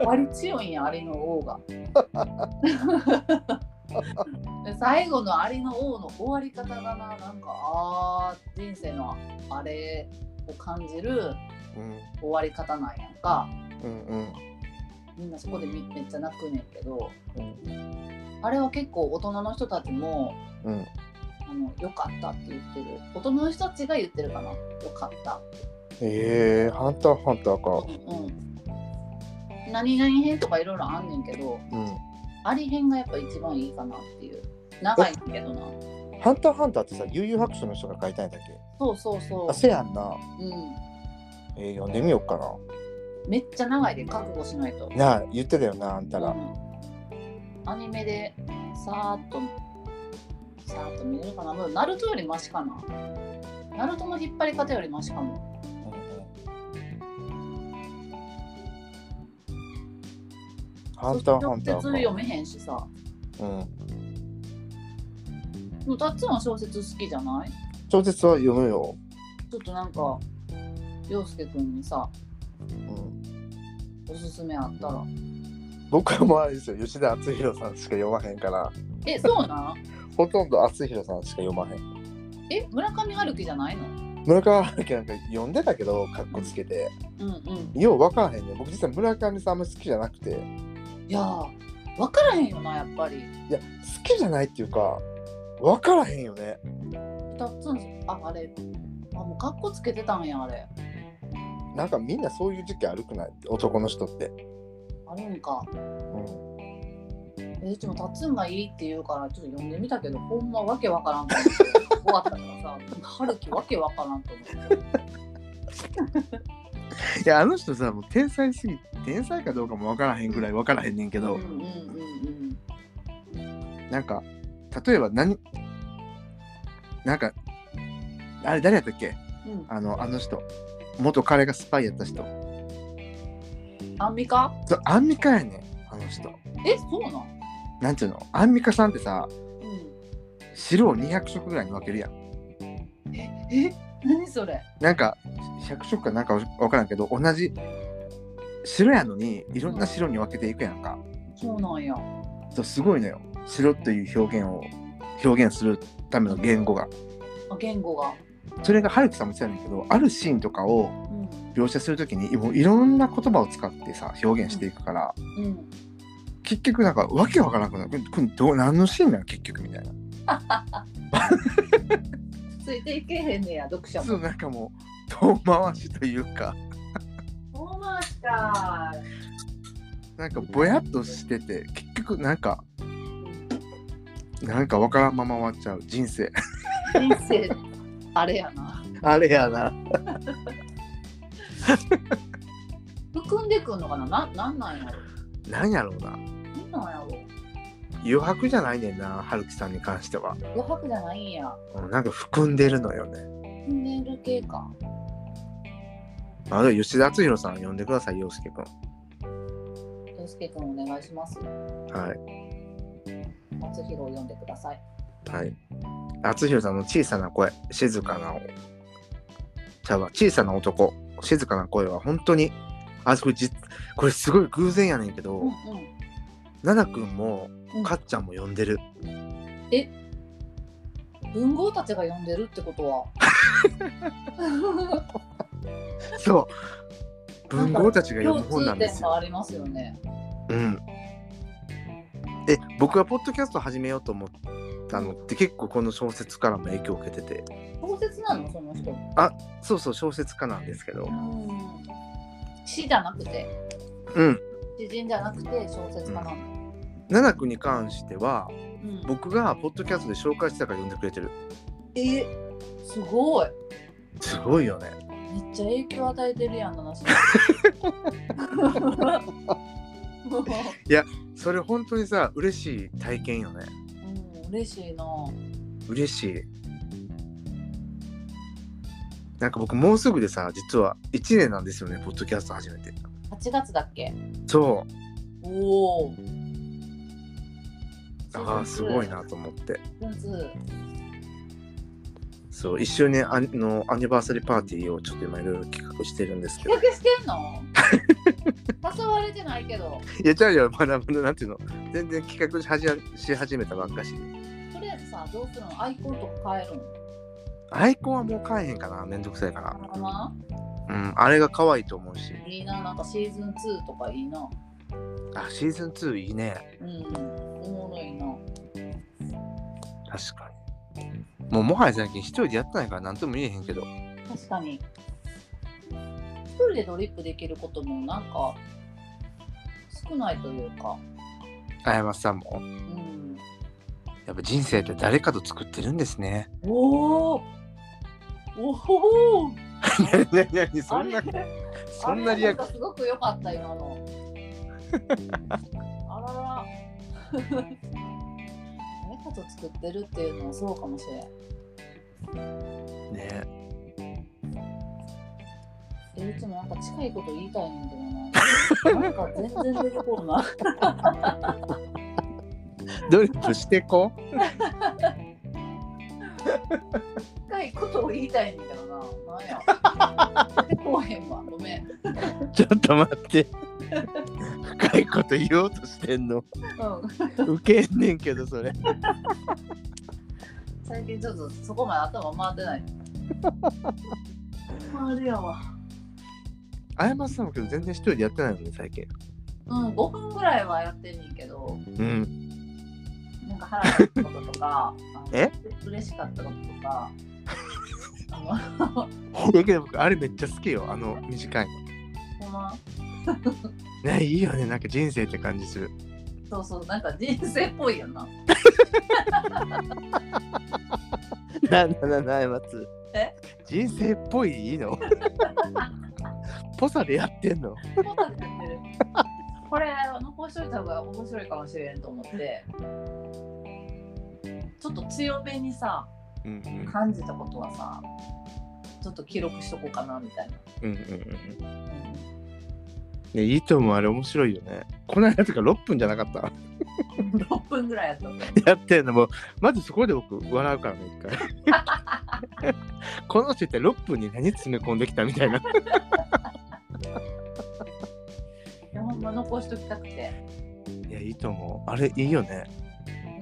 B: アリ強いんやアリの王
A: [LAUGHS]
B: がで最後のアリの王の終わり方がななんかあー人生のあれを感じる
A: うん
B: 終わり方なんやんか
A: うんうん
B: みんなそこでみめっちゃ泣くねんけど
A: うん
B: あれは結構大人の人たちも
A: うん
B: あの良かったって言ってる大人の人たちが言ってるかな良かった
A: えー、ハンターハンターか。
B: うん何々編とかいろいろあんねんけど
A: うん。
B: あり編がやっぱ一番いいかなっていう長いんだけどな
A: ハンターハンターってさ、悠々白書の人が書いたんだっけ
B: そうそうそ
A: あ、せやんな。
B: う、う
A: えー、読んでみようか
B: ん、めっちゃ長いで覚悟しないと
A: な。なあ、言ってたよな、あんた
B: う
A: ら。
B: んアニメでさーっとさーっと見れるかなもうナルトよりマシかなナルトの引っ張り方よりマシかも
A: ハンターハンタ
B: 直接
A: ー
B: 読
A: か。
B: めへんしさ
A: うん。
B: もうタッツンは小説好きじゃない
A: 小説は読むよ。
B: ちょっとなんか陽介くんにさ
A: うん。
B: おすすめあったら
A: 僕はもうあれですよ、吉田篤弘さんしか読まへんから、
B: えそうなん
A: ほとんど篤弘さんしか読まへん。
B: え村上春樹じゃないの
A: 村上春樹なんか読んでたけど、かっこつけて。
B: うんうん
A: よう分からへんね僕実は村上さんあんま好きじゃなくて
B: いやー分からへんよなやっぱり
A: いや好きじゃないっていうか分からへんよね
B: タッツンああれあもうかっこつけてたんやあれ
A: なんかみんなそういう時期あるくない男の人って、
B: あるんか
A: うん、
B: えうちもタッツンがいいって言うからちょっと読んでみたけどほんまわけわ [LAUGHS] からんと思って終わったからさ春樹わけわからんと思って
A: いやあの人さもう天才すぎ天才かどうかも分からへんぐらい分からへんねんけど、
B: うんうんうん
A: なんか例えば何なんかあれ誰やったっけ
B: うんうん
A: あのあの人元彼がスパイやった人
B: アンミカ
A: そうアンミカやねんあの人
B: えそうなん
A: なんていうのアンミカさんってさ
B: う
A: 白を200色ぐらいに分けるやん
B: んええ何それ
A: なんか100色かなんか分からんけど同じ白やのにいろんな白に分けていくやんか、
B: そうなんや
A: そうすごいのよ白という表現を表現するための言語が
B: あ言語が
A: それが春樹さんも言ってたんだけどあるシーンとかを
B: うん
A: 描写するときにもういろんな言葉を使ってさ表現していくから、
B: うん
A: 結局なんかわけわからなくなるこれこれどう何のシーンなの結局みたいな
B: ついていけへんねや読者
A: そ
B: も
A: うなんかもう遠回しというか
B: そうなんか
A: なんかぼやっとしてて結局なんかなんかわからんまま終わっちゃう人生
B: 人 [LAUGHS] 生あれやな
A: あれやな。
B: 含んでくんのかなななんなんやろ
A: なんやろうな。
B: なんなんや
A: 余白じゃないねんな、春樹さんに関しては。
B: ろ余白じゃないんや
A: うんなんか含んでるのよね。
B: 含んでる系か
A: あの吉田篤弘さん呼んでください、陽介君。
B: 洋介くんお願いします
A: はい。
B: 松弘を読んでください
A: はい。篤弘さんの小さな声、静かな。ちゃうわ、小さな男、静かな声は本当に、あ、これじ、これすごい偶然やねんけど、
B: うんうん
A: 奈々君も
B: うん
A: かっちゃんも呼んでる。
B: 文豪たちが読んでるってことは
A: そう。文豪たちが読む本なんです
B: 共通点が
A: よ。
B: ありますよね
A: うん。え僕がポッドキャスト始めようと思ったのって結構この小説からも影響を受けてて
B: 小説なのその人
A: そうそう小説家なんですけど
B: うん詩じゃなくて
A: うん
B: 詩人じゃなくて小説家なの、
A: 奈々くに関しては
B: うん
A: 僕がポッドキャストで紹介してたから読んでくれてる
B: えすごい
A: すごいよね
B: めっちゃ影響与えてるやんなし [LAUGHS]
A: それ本当にさ嬉しい体験よね
B: うん嬉しいな
A: 嬉しいなんか僕もうすぐでさ実は1年なんですよねポッドキャスト始めて
B: 8月だっけ
A: そ
B: おお
A: うああすごいなと思って
B: まず
A: そう1周年あのアニバーサリーパーティーをちょっと今いろいろ企画してるんですけど
B: 企画してんの誘われてないけど
A: いやちゃうよまだまだなんていうの全然企画し始めし始めたばっかし
B: とりあえずさどうするのアイコンとか変えるの
A: アイコンはもう変えへんかなめんどくさいから
B: かな
A: うんあれが可愛いと思うし
B: いいななんかシーズン2とかいいな
A: あシーズン2いいね
B: うんおもろいな
A: 確かにもうもはや最近一人でやってないから何とも言えへんけど
B: 確かに一人でドリップできることもなんか少ないというか
A: あやまさんも
B: うん
A: やっぱ人生って誰かと作ってるんですね。
B: おおおお
A: なになにそん
B: あ
A: な
B: れ
A: そんなリアク
B: あれなんかすごく良かった今のあらら誰かと作ってるっていうのはそうかもしれん
A: ションね。
B: えいつもなんか近いこと言いたいんだけどななんか全然出てこんな
A: ドリップしてこ
B: 近いことを言いたいんだけどななんや [LAUGHS] 出てこへんわごめん
A: う。ちょっと待って。深いこと言おうとしてんの。
B: うん
A: ウケんねんけどそれ。
B: 最近ちょっとそこまで頭回ってない回るやわ
A: あやまさんもけど全然一人でやってないのね最近。
B: うん5分ぐらいはやってんねんけど
A: うん。
B: なんか腹立ったこととかあの
A: え嬉
B: 嬉しかったこととかあのほ
A: いやけど僕あれめっちゃ好きよあの短いの。
B: んま
A: ねいいよねなんか人生って感じする。
B: そうそうなんか人生っぽいよな
A: な [LAUGHS] なななあやまつ。
B: え
A: 人生っぽいいい [LAUGHS] の。ポサでやってんの。
B: そうなってるこれ残しといた方が面白いかもしれんと思ってちょっと強めにさ
A: うんうん
B: 感じたことはさちょっと記録しとこうかなみたいな、
A: うんうんうん。
B: うん
A: ね、いいと思うあれ面白いよね。この間とか6分じゃなかった [LAUGHS]
B: 6分ぐらいやったの
A: やってんのもまずそこで僕笑うからね一回。 [LAUGHS] この人って6分に何詰め込んできたみたいな。
B: いやほんま残しときたくて、
A: いやいいと思う。あれいいよね。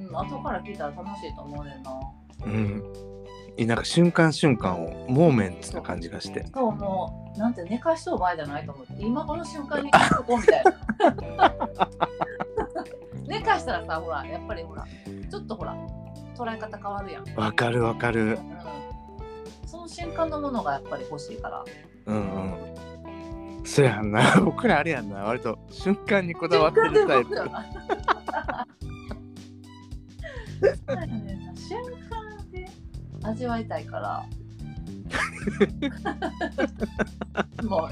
B: うん、後から聞いたら楽しいと思うねんな
A: うん。いやなんか瞬間瞬間をモーメンツな感じがして。
B: そうもうなんて寝かしとう場合じゃないと思って今この瞬間に聞こうみたいな [LAUGHS] 寝かしたらさほらやっぱりほらちょっとほら捉え方変わるやん、
A: わかるわかる。
B: うん、その瞬間のものがやっぱり欲しいから
A: うんうん。そやんな。 [LAUGHS] 僕らあれやんな。割と瞬間にこだわって
B: 瞬
A: るタ
B: 間で
A: イ
B: 動
A: プ
B: く。よなそうやねんな瞬間で味わいたいからもう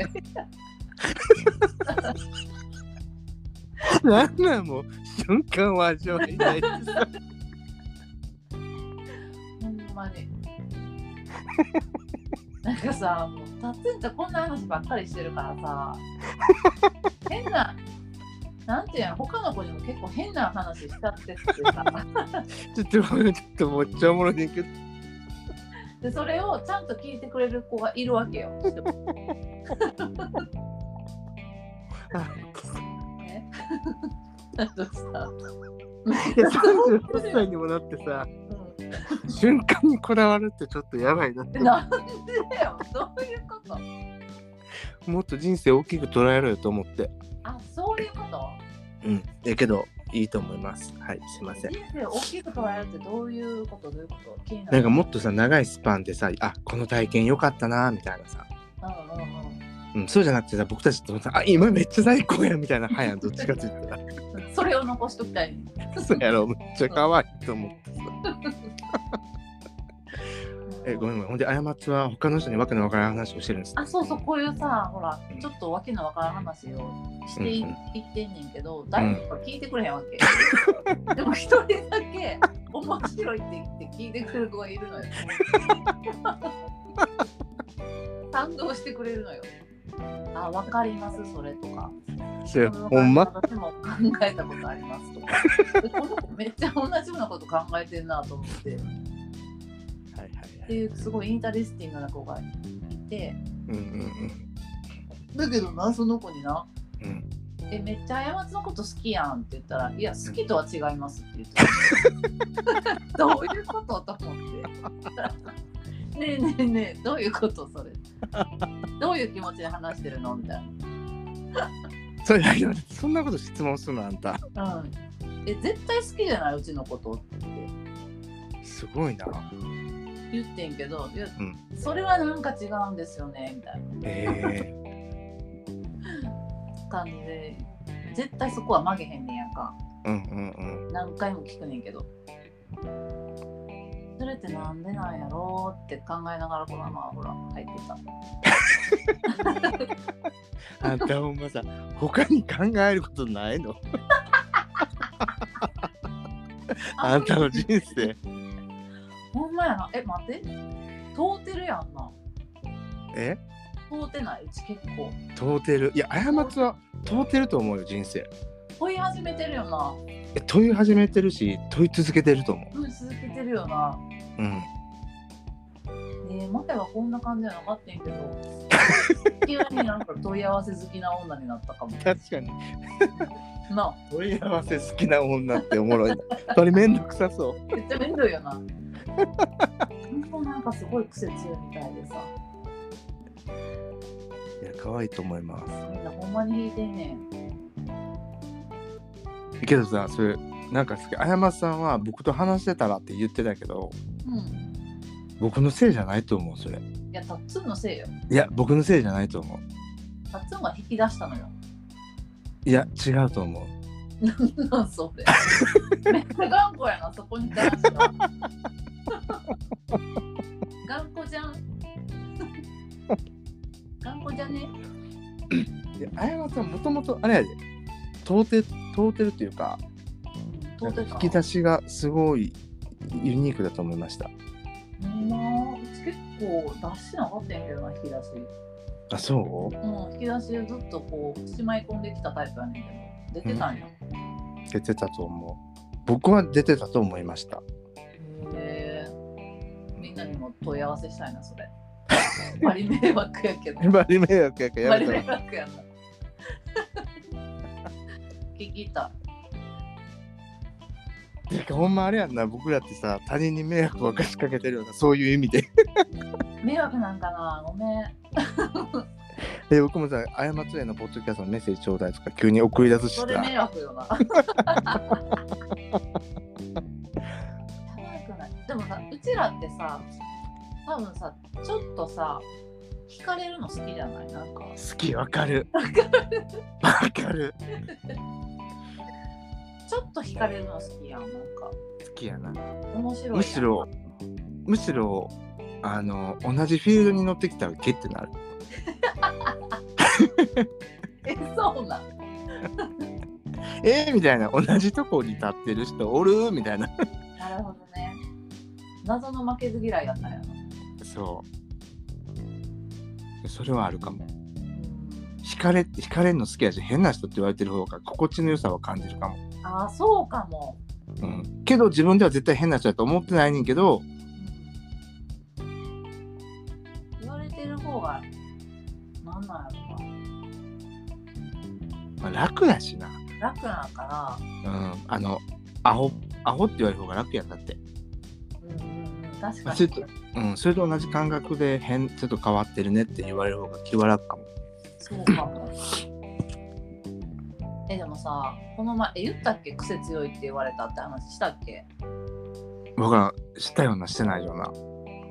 A: なんなんもう瞬間を味わいない [LAUGHS] ってさ。
B: ほんまに。なんかさ、もうタッツンとこんな話ばっかりしてるからさ、変な、なんていうの、他の子にも結構変な話しちゃってってさ、
A: ちょっとごめんちょっともうめっちゃおもろいねんけど。
B: でそれをちゃんと聞いてくれる子がいるわけよ。
A: [LAUGHS]
B: ねあとさ
A: いや38歳にもなってさ
B: う
A: 瞬間にこだわるってちょっとやばいなって
B: んなんでよ、どういうこと
A: もっと人生大きく捉えろよと思って
B: あ、そういうこと
A: うんやけどいいと思います。はい、すいません。
B: 人生大きく捉えるってどういうことどういうこと気にな
A: なん
B: る
A: かもっとさ、長いスパンでさ、あ、この体験良かったな、みたいなさ。
B: うんうんうん
A: うん、そうじゃなくてさ、僕たちとさ、あ、今めっちゃ最高や、みたいな、はやん、どっちかって言ったら。
B: それを残しときたい。
A: そうやろ、めっちゃ可愛いと思ってさ。え、ごめんごめん。ほんで、過ちは他の人にわけのわからん話をしてるんです。
B: あそうそうこういうさほら
A: うん
B: ちょっとわけのわからん話をしてい,、
A: うんうん
B: ってんねんけど誰も聞いてくれへんわけ、でも一人だけ面白いって言って聞いてくれる子がい
A: [LAUGHS]
B: るのよ賛同してくれるのよあわかりますそれとか
A: それほんま
B: 私も考えたことありますとか [LAUGHS] でこの子めっちゃ同じようなこと考えてんなと思ってっ
A: はいはいは
B: て
A: い。
B: いうすごいインタレスティングな子がいて
A: うんうん
B: だけどなその子にな
A: うん。うん。
B: えめっちゃ過ちのこと好きやんって言ったら「いや好きとは違います」って言って
A: [LAUGHS]
B: たどういうことと思って「ねえねえねえどういうことそれどういう気持ちで話してるの?」みたい
A: それ、いやそんなこと質問するの、あんた。
B: な「うん、え絶対好きじゃないうちのこと」って
A: すごいな。
B: 言ってんけど「いや
A: うん
B: それはなんか違うんですよね」みたい
A: ええ
B: な感じで絶対そこは曲げへんねんやんか。
A: うんうんうん。
B: 何回も聞くねんけどそれってなんでなんやろうって考えながらこのままほら入ってた
A: あんたほんまさ、他に考えることないのあんたの人生。
B: ほんまやなえ待って通ってるやんな
A: え
B: 通ってないうち結構
A: 問うてる。いや、過ちは問うてると思うよ、人生。
B: 問い始めてるよな
A: え問い始めてるし、問い続けてると思
B: 問い続けてるよな
A: う。うん。
B: ねえ前はこんな感じじゃなかったんや
A: [LAUGHS]
B: けど急になんか問い合わせ好きな女になったかも
A: 確かに。
B: な
A: 問い合わせ好きな女っておもろいな。それめんどくさそう。
B: めっちゃ面倒よなほんまなんかすごい癖強いみたいでさ
A: いや、可愛いと思いま
B: みんなほんまに引いてんねん
A: す。けどさ、それ、なんかすげえ、あやまさんは僕と話してたらって言ってたけど、
B: うん。
A: 僕のせいじゃないと思う、それ。
B: いや、タッツンのせいよ。
A: いや、僕のせいじゃないと思う。
B: タッツンが引き出したのよ。
A: いや、違うと思う。
B: なんそれ。めっちゃ頑固やな、そこに対しては。頑固じゃん。頑固じゃね。
A: いや、あやまさん、もともと、あれやで、問うて、問うてるというか、
B: どうで
A: 引き出
B: し。
A: しがすごいユニークだと思いました。
B: まあ、うち結構出してなかったんやけどな、引き出し。
A: あ、そう
B: うん、引き出しでずっとこう、しまい込んできたタイプやねんけど、出てたんや。
A: 出てたと思う。僕は出てたと思いました。
B: へえ。みんなにも問い合わせしたいな、それ。やっぱり迷惑やけ
A: [LAUGHS]
B: ど。
A: バリ迷惑やからや
B: あ
A: め
B: れ
A: た
B: 迷
A: ら
B: 惑やな。聞きた。
A: てかほんまあれやんな僕らってさ他人に迷惑ばっかしかけてるようなそういう意味で
B: 迷惑なんかなごめん。
A: で僕もさ「あやまつへのポッドキャストのメッセージちょうだい」とか急に送り出すし
B: そ
A: さ、
B: れ迷惑よな。やばくない。でもさ、うちらってさ、多分さ、ちょっとさ、惹かれるの好きじゃないなんか。
A: 好きわかるわかる
B: ちょっと惹かれるの好きやん。なんか、
A: 好きやな
B: 面白いやん。
A: むしろむしろあの同じフィールドに乗ってきたらゲッてなる
B: え、そうなん。
A: えー、みたいな同じとこに立ってる人おるみたいな
B: なるほどね。謎の負けず嫌いやったんやな。
A: そうそれはあるかも
B: うん
A: 惹かれ惹かれんの好きやし変な人って言われてる方が心地の良さは感じるかも
B: ああ、そうかも。
A: うん、けど自分では絶対変な人だと思ってないねんけど
B: 言われてる方がなんなんやろ
A: まあ楽やしな、
B: な楽なんか
A: うん、あのアホアホって言われる方が楽やんだって、
B: なうんうんうん確
A: まあ
B: かに
A: ちょっとうん、それと同じ感覚で変ちょっと変わってるねって言われる方が気は楽かも
B: そうかもえでもさこの前え言ったっけ癖強いって言われたって話したっけ
A: 僕はしたようなしてないような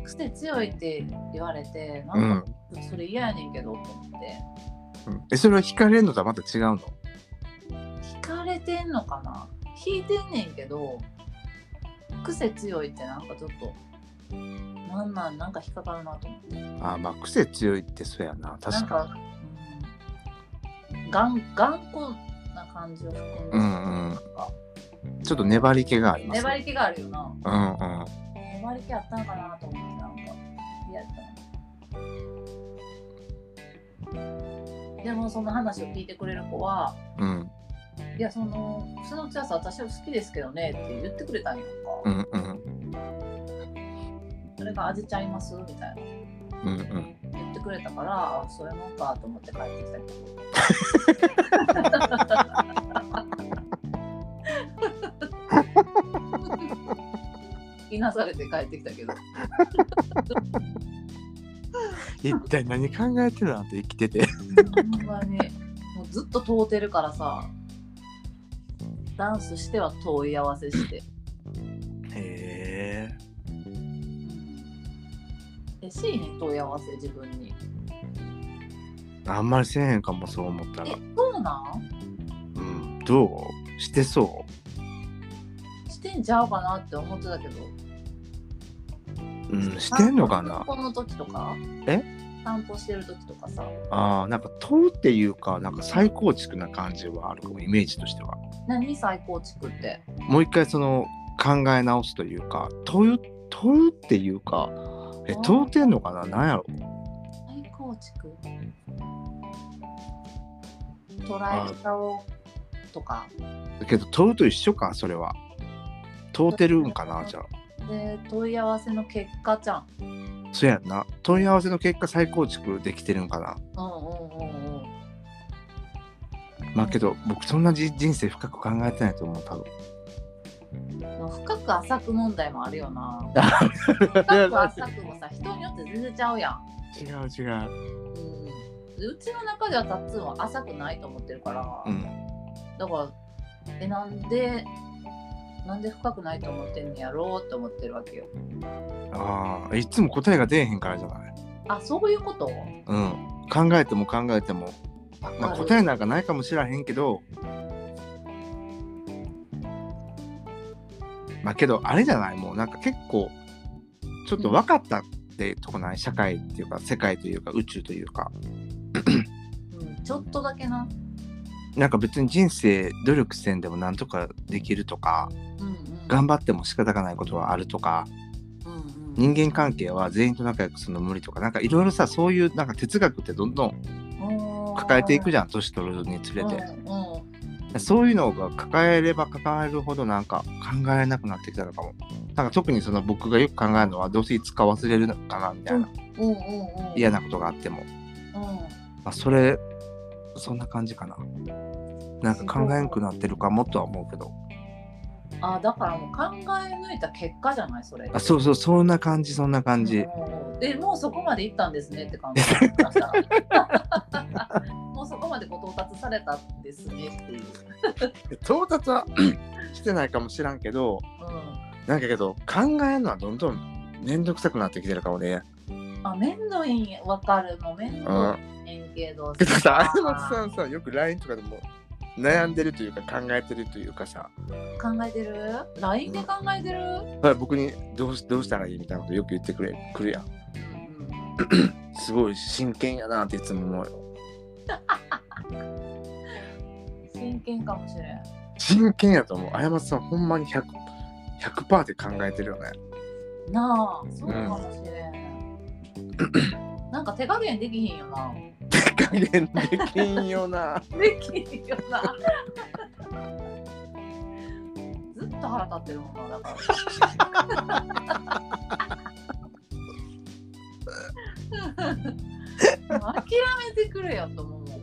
B: 癖強いって言われてな
A: うんん
B: か、それ嫌やねんけどと思って
A: うんえそれは惹かれるのとはまた違うの
B: 惹かれてんのかな引いてんねんけど癖強いってなんかちょっとなんなんなんか引っかかるなと思って
A: あーまあ癖強いってそうやな
B: なん
A: 確か
B: か、うん、頑頑固な感じを含んでる
A: うんうん
B: なんか
A: にちょっと粘り気があります
B: 粘
A: ね
B: り気があるよな
A: うんうん
B: 粘り気あったんかなと思ってなんか嫌やったなでもその話を聞いてくれる子は
A: うん
B: 「いやその普通のチャンス私は好きですけどね」って言ってくれたんやんか、
A: うんうん
B: それが味ちゃいますみたいな
A: うんうん
B: 言ってくれたからあそういうもんかと思って帰ってきたけど [LAUGHS] いなされて帰ってきたけど
A: [LAUGHS] 一体何考えてるなんて生きてて
B: ほんまにもうずっと問うてるからさダンスしては問い合わせして
A: [LAUGHS] へえ
B: えしいね問い合わせ自分に
A: あんまりせえへんかもそう思った
B: え
A: ら
B: そうなん
A: うんどうしてそ
B: してんちゃうかなって思ってたけど
A: ううんしてんのかな
B: 散歩の時とか
A: え
B: 散歩してる時とかさ
A: あーなんか問うっていうかなんか再構築な感じはあるかもイメージとしては
B: 何再構築って
A: もう一回その考え直すというか問う問うっていうかえ
B: あー
A: 問うてんのかななんやろ
B: 再構築捉え方をとか
A: けど問うと一緒かそれは問うてるんかなじゃあ
B: で問い合わせの結果じゃん
A: そうやんな問い合わせの結果再構築できてるんかな
B: うんうんうんうん
A: まあけど僕そんなじ人生深く考えてないと思う多分
B: 深く浅く問題もあるよな
A: [LAUGHS]
B: 深く
A: 違
B: 浅くもさ人によって全然ちゃうやん、
A: う違う
B: うん、でうちの中ではタッツンは浅くないと思ってるから、
A: うん
B: だからえなんでなんで深くないと思ってんのやろうって思ってるわけよ
A: ああいつも答えが出えへんからじゃない
B: あそういうこと
A: うん考えても考えても、まあ、答えなんかないかもしらへんけどまあけどあれじゃないもうなんか結構ちょっと分かったってとこない社会っていうか世界というか宇宙というか
B: うん、ちょっとだけな
A: なんか別に人生努力せんでもなんとかできるとか
B: うんうん
A: 頑張っても仕方がないことはあるとか
B: うんうん
A: 人間関係は全員と仲良くするの無理とかなんかいろいろさそういうなんか哲学ってどんどん抱えていくじゃん年取るにつれて。
B: うんうん
A: そういうのが抱えれば抱えるほどなんか考えなくなってきたのかも。なんか特にその僕がよく考えるのはどうせいつか忘れるのかなみたいな
B: うんうんうん
A: 嫌なことがあっても。
B: う
A: まあ、それ、そんな感じかな。なんか考えなくなってるかもとは思うけど。
B: ん、あだからもう考え抜いた結果じゃないそれ
A: あ、そうそう、そんな感じ、そんな感じ。
B: うんでもうそこまでいったんですねって感じだった
A: [LAUGHS]
B: [LAUGHS] もうそこまでご到達されたんですねっていう、
A: 到達は [COUGHS] してないかもしらんけど、なんかけど考えるのはどんどん面倒くさくなってきてるかもね。 [LAUGHS]
B: うん、あ面倒いんわかるもう面
A: うん
B: 倒。いねんけど
A: けどさ、 [LAUGHS] 相葉さんさ、よく LINE とかでも悩んでるというか考えてるというかさ。
B: 考えてる ?LINE で考えてる、
A: はい、僕にどうしどうしたらいいみたいなことよく言ってくれくるやん。
B: うんうん
A: すごい真剣やなっていつも思うよ。
B: 真剣かもしれん。
A: 真剣やと思う。あやまつさんほんまに100%, 100%で考えてるよね。
B: なあ、そうかもしれん。なんか手加減できひんよな。
A: 加減できんよな。
B: できひんよな。 [LAUGHS] ずっと腹立ってるもんな、だから。 [LAUGHS] もう諦めてくれよと思うもん。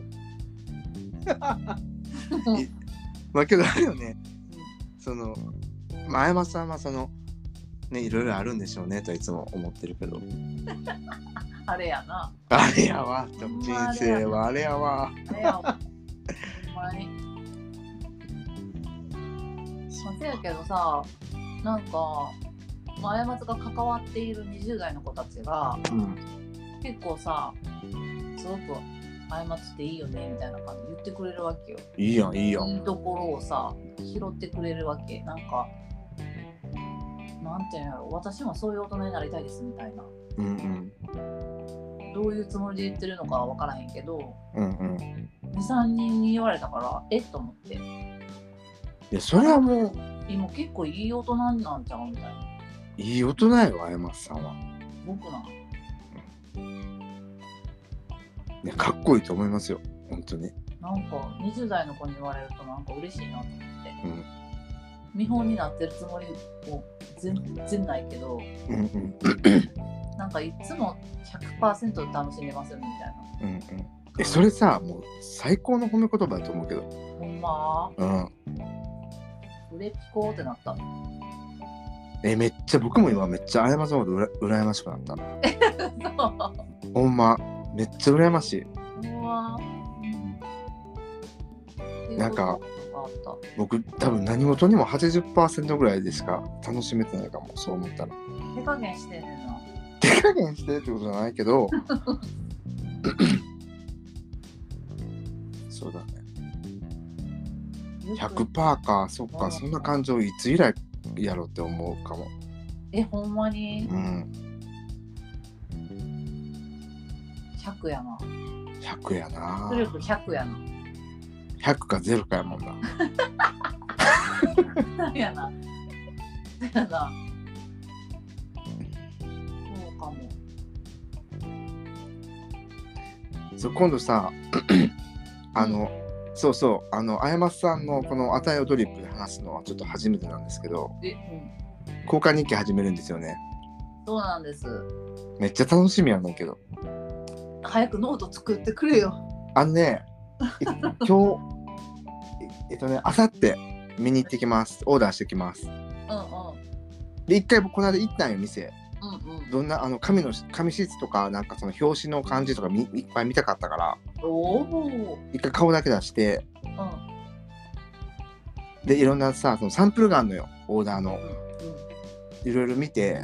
A: まあけどあれよね、その、まああやまつさんはその、ね、いろいろあるんでしょうねとはいつも思ってるけど。
B: あれやな。
A: あれやわ、人生はあれやわ。
B: あれやわ。ほんまに。まあ、せやけどさなんか、まあ、過ちが関わっている20代の子たちが
A: うん
B: 結構さすごく「過ちっていいよね」みたいな感じで言ってくれるわけよ。
A: いいやんいいやん
B: いいところをさ拾ってくれるわけなんかなんていうんやろ私もそういう大人になりたいですみたいな
A: うん
B: どういうつもりで言ってるのかは分からへんけど
A: うんうんうんい
B: 23人に言われたからえっと思って
A: やそれはもう
B: 今結構いい大人なんちゃうみたいない
A: い大人よあやまつさんは、
B: 僕なん
A: ね、かっこいいと思いますよ本当に
B: なんか20代の子に言われるとなんか嬉しいなと思って、
A: うん
B: 見本になってるつもりも全然ないけど
A: うんうん
B: なんかいつも100%楽しんでますよねみたいな
A: うんうんえそれさもう最高の褒め言葉だと思うけど
B: ほんま
A: うん
B: 売れっ子ってなった
A: えめっちゃ僕も今めっちゃあやまさんのことうら羨ましくな [LAUGHS] った
B: そう
A: ほんまめっちゃ羨ましいう
B: わ
A: なんか
B: あった
A: 僕多分何事にも80%ぐらいでしか楽しめてないかもそう思ったら
B: 手加減してんねんな
A: 手加減してってことじゃないけ [LAUGHS] どそうだね
B: よく
A: 100%かそっかそんな感情いつ以来やろって思うかも
B: えほんまに
A: うん
B: 100やな
A: 100やな
B: 努力100やな
A: 100か0かやもんな
B: そうやな。そうやな。そうかも。
A: そう今度さあの、そうそうあのあやまつさんのこの「あたいをドリップ」で話すのはちょっと初めてなんですけど
B: え、うん。
A: 交換日記始めるんですよね
B: そうなんです。
A: めっちゃ楽しみやねんけど
B: 早くノート作ってくれよ。
A: あのねえ今日ええっとねあさって見に行ってきますオーダーしてきます
B: うんう
A: で一回僕この間行ったんよ店
B: ん。うんうん。
A: どんなあの紙の紙質とかなんかその表紙の感じとかみいっぱい見たかったから
B: おお。
A: 一回顔だけ出して
B: うん。うん
A: でいろんなさそのサンプルがあるのよオーダーの
B: う
A: いろいろ見て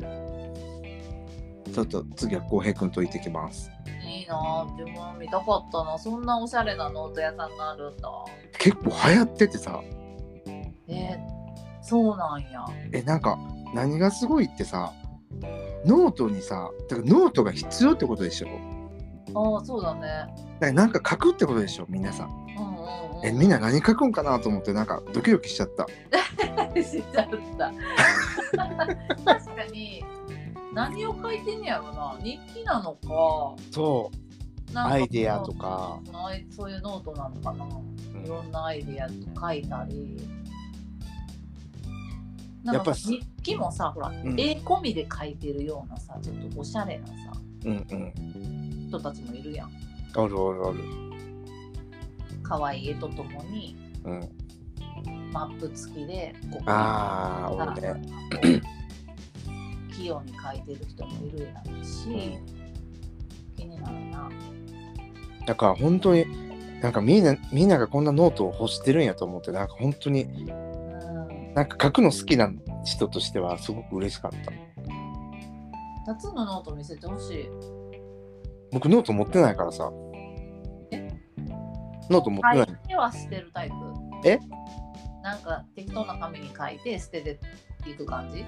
A: ちょっと次は浩平君と行ってきます
B: ん。いいなぁ。自分は見たかったな。そんなおしゃれなノート屋さんがあるんだ。
A: 結構流行っててさ
B: えー、そうなんや。
A: えなんか何がすごいってさノートにさだからノートが必要ってことでしょ
B: ああ、そうだね。
A: だからなんか書くってことでしょ皆さん
B: うんうんうん。
A: えみんな何書くんかなと思ってなんかドキドキしちゃった
B: [LAUGHS] 知っちゃった。確かに。何を書いてんねやろな。日記なのか。
A: そ
B: なんか
A: アイデアとか
B: ないそういうノートなのかな
A: う
B: いろんなアイデアと書いたりなん
A: やっ
B: か
A: ぱ
B: さ日記もさほら、
A: ん
B: 絵込みで書いてるようなさちょっとおしゃれなさ
A: うんうん
B: 人たちもいるやん
A: あるあるある
B: 可愛い絵とともに
A: うん
B: マップ付きでここ
A: ああ、俺ね。
B: 器用に書いてる人もいるやんし、気になるな
A: だから本当に、なんかみんな、みんながこんなノートを欲してるんやと思って、なんか本当に、
B: うん
A: なんか書くの好きな人としてはすごく嬉しかった。
B: 2つのノート見せてほしい
A: 僕ノート持ってないからさ。
B: え
A: ノート持ってな
B: 書
A: いい。
B: ては捨てるタイプ
A: え
B: なんか適当な紙に書いて捨てていく感じ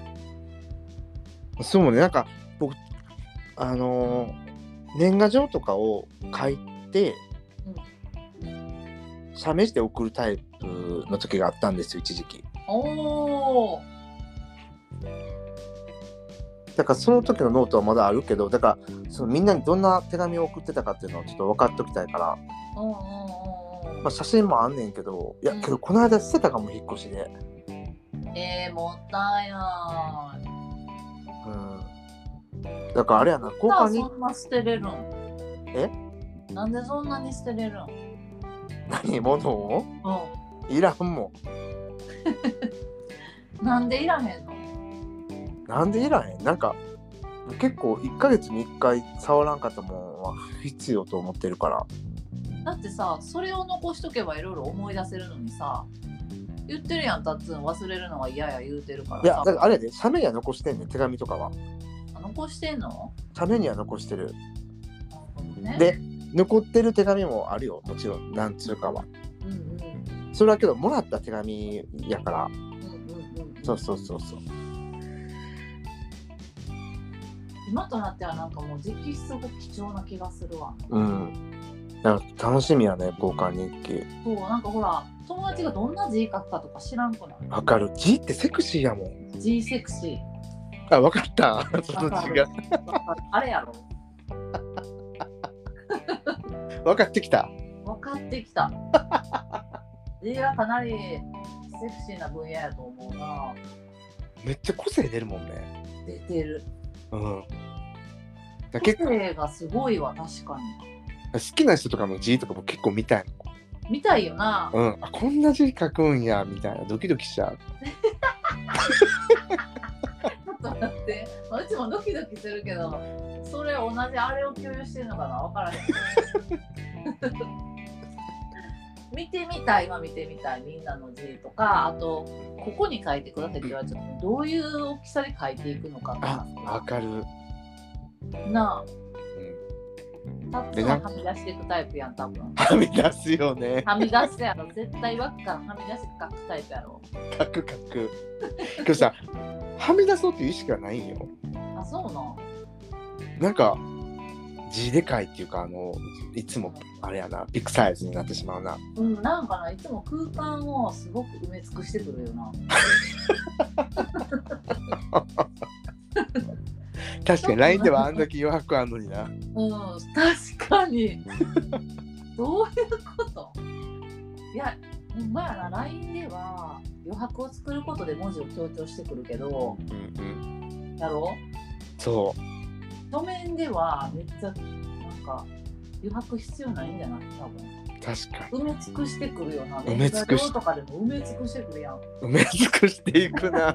A: そうね、なんか僕、あのー年賀状とかを書いて、写メして送るタイプの時があったんですよ、一時期。
B: おお
A: だからその時のノートはまだあるけど、だからそのみんなにどんな手紙を送ってたかっていうのをちょっと分かっときたいから、
B: うんうんうん
A: まあ、写真もあんねんけど、いや、
B: うん
A: けどこの間捨てたかも、引っ越しで。
B: うんえー、もったいない
A: うん。だからあれやな、交
B: な
A: 換
B: んで
A: に
B: そ、んな捨てれるん
A: え
B: なんでそんなに捨てれるんうん
A: 何、物をいらんも
B: なんでいらへんの
A: ん。なんでいらへんなんか、結構1ヶ月に1回触らんかったもんは必要と思ってるから。
B: だってさそれを残しとけばいろいろ思い出せるのにさ言ってるやん、たっつん忘れるのが嫌や言うてるから
A: いや、だからあ
B: れ
A: れやで、写メには残してんねん、手紙とかは。
B: 残してんの
A: 写メには残してる。
B: なるほどね
A: で、残ってる手紙もあるよ、もちろん、なんつうかは。
B: うんうんう
A: それはけど、もらった手紙やから、
B: んうんうん
A: そうそうそうそう。
B: 今となってはなんかもう直筆が貴重な気がするわ
A: うん。なんか楽しみやね、交換日記。
B: そうなんかほら友達がどんな字書くかとか知らんくない
A: わかる。字ってセクシーやもん。
B: 字セクシ
A: あ、わか
B: [LAUGHS]
A: った。そ
B: ーわ
A: の
B: か
A: 字
B: る
A: が。
B: わかるあれやろ
A: わかってきた。
B: 分かってき
A: [LAUGHS]
B: た字はかなりセクシーな分野やと思うな
A: めっちゃ個性出るもんね。
B: 出てる
A: うん。だ
B: 個
A: 結構
B: 性がすごいわ確かに
A: 好きな人とかの字とかも結構見たい。
B: 見たいよな
A: うん。あ、こんな字書くんや、みたいな。ドキドキしちゃう。
B: ちょっと待って、まあ、うちもドキドキするけど、それ同じあれを共有してるのかな、わからへん。見てみたい、今見てみたい、みんなの字とか、あと、ここに書いてくださいって言われちゃって、どういう大きさで書いていくのかと
A: あわ
B: か、
A: かる。
B: な
A: うん。
B: あ、たく
A: で
B: さ
A: なん
B: はみ出していくタイプやん、多分。
A: はみ出すよね。
B: はみ出してやろ、絶対枠からはみ出して書くタイプやろ。
A: 書く書く。けどさ、はみ出そうっていう意識はないんよ。
B: あ、そうなん。
A: なんか字でかいっていうかあのいつもあれやなビッグサイズになってしまうな
B: うん、なんかないつも空間をすごく埋め尽くしてくるよな。
A: 確かに LINE ではあんだけ余白あんのにな
B: うん、確かに。どういうこといや、ほんまやな、LINE では余白を作ることで文字を強調してくるけど、
A: うんうん
B: やろ
A: そ
B: 書面ではめっちゃ、なんか、余白必要ないんじゃない多
A: う確か
B: 分。埋め尽くしてくるよな。
A: 埋め尽くし
B: 年賀状とかでも埋め尽くしてくるやん。
A: に埋め尽くしていくない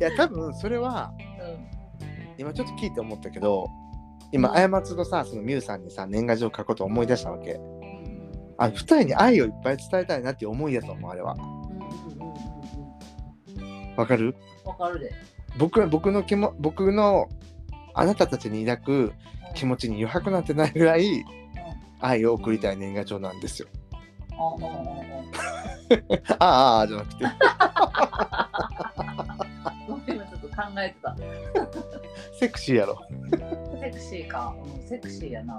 A: や多分それは今ちょっと聞いて思ったけど今過つとさそのミュウさんにさ年賀状書くことを思い出したわけ
B: うん。うん
A: あ二人に愛をいっぱい伝えたいなっていう思いやと思うあれは
B: うんうんうんうんうん
A: わかる
B: わかるで。
A: 僕は僕の気も僕のあなたたちに抱く気持ちに余白なんてないぐらい愛を送りたい年賀状なんですよ。 [LAUGHS]
B: うんうんうんうんうん
A: ああああじゃなくて
B: ごめん今ちょっと考えてた。
A: セクシーやろ。
B: セクシーか。うん、セクシーやな。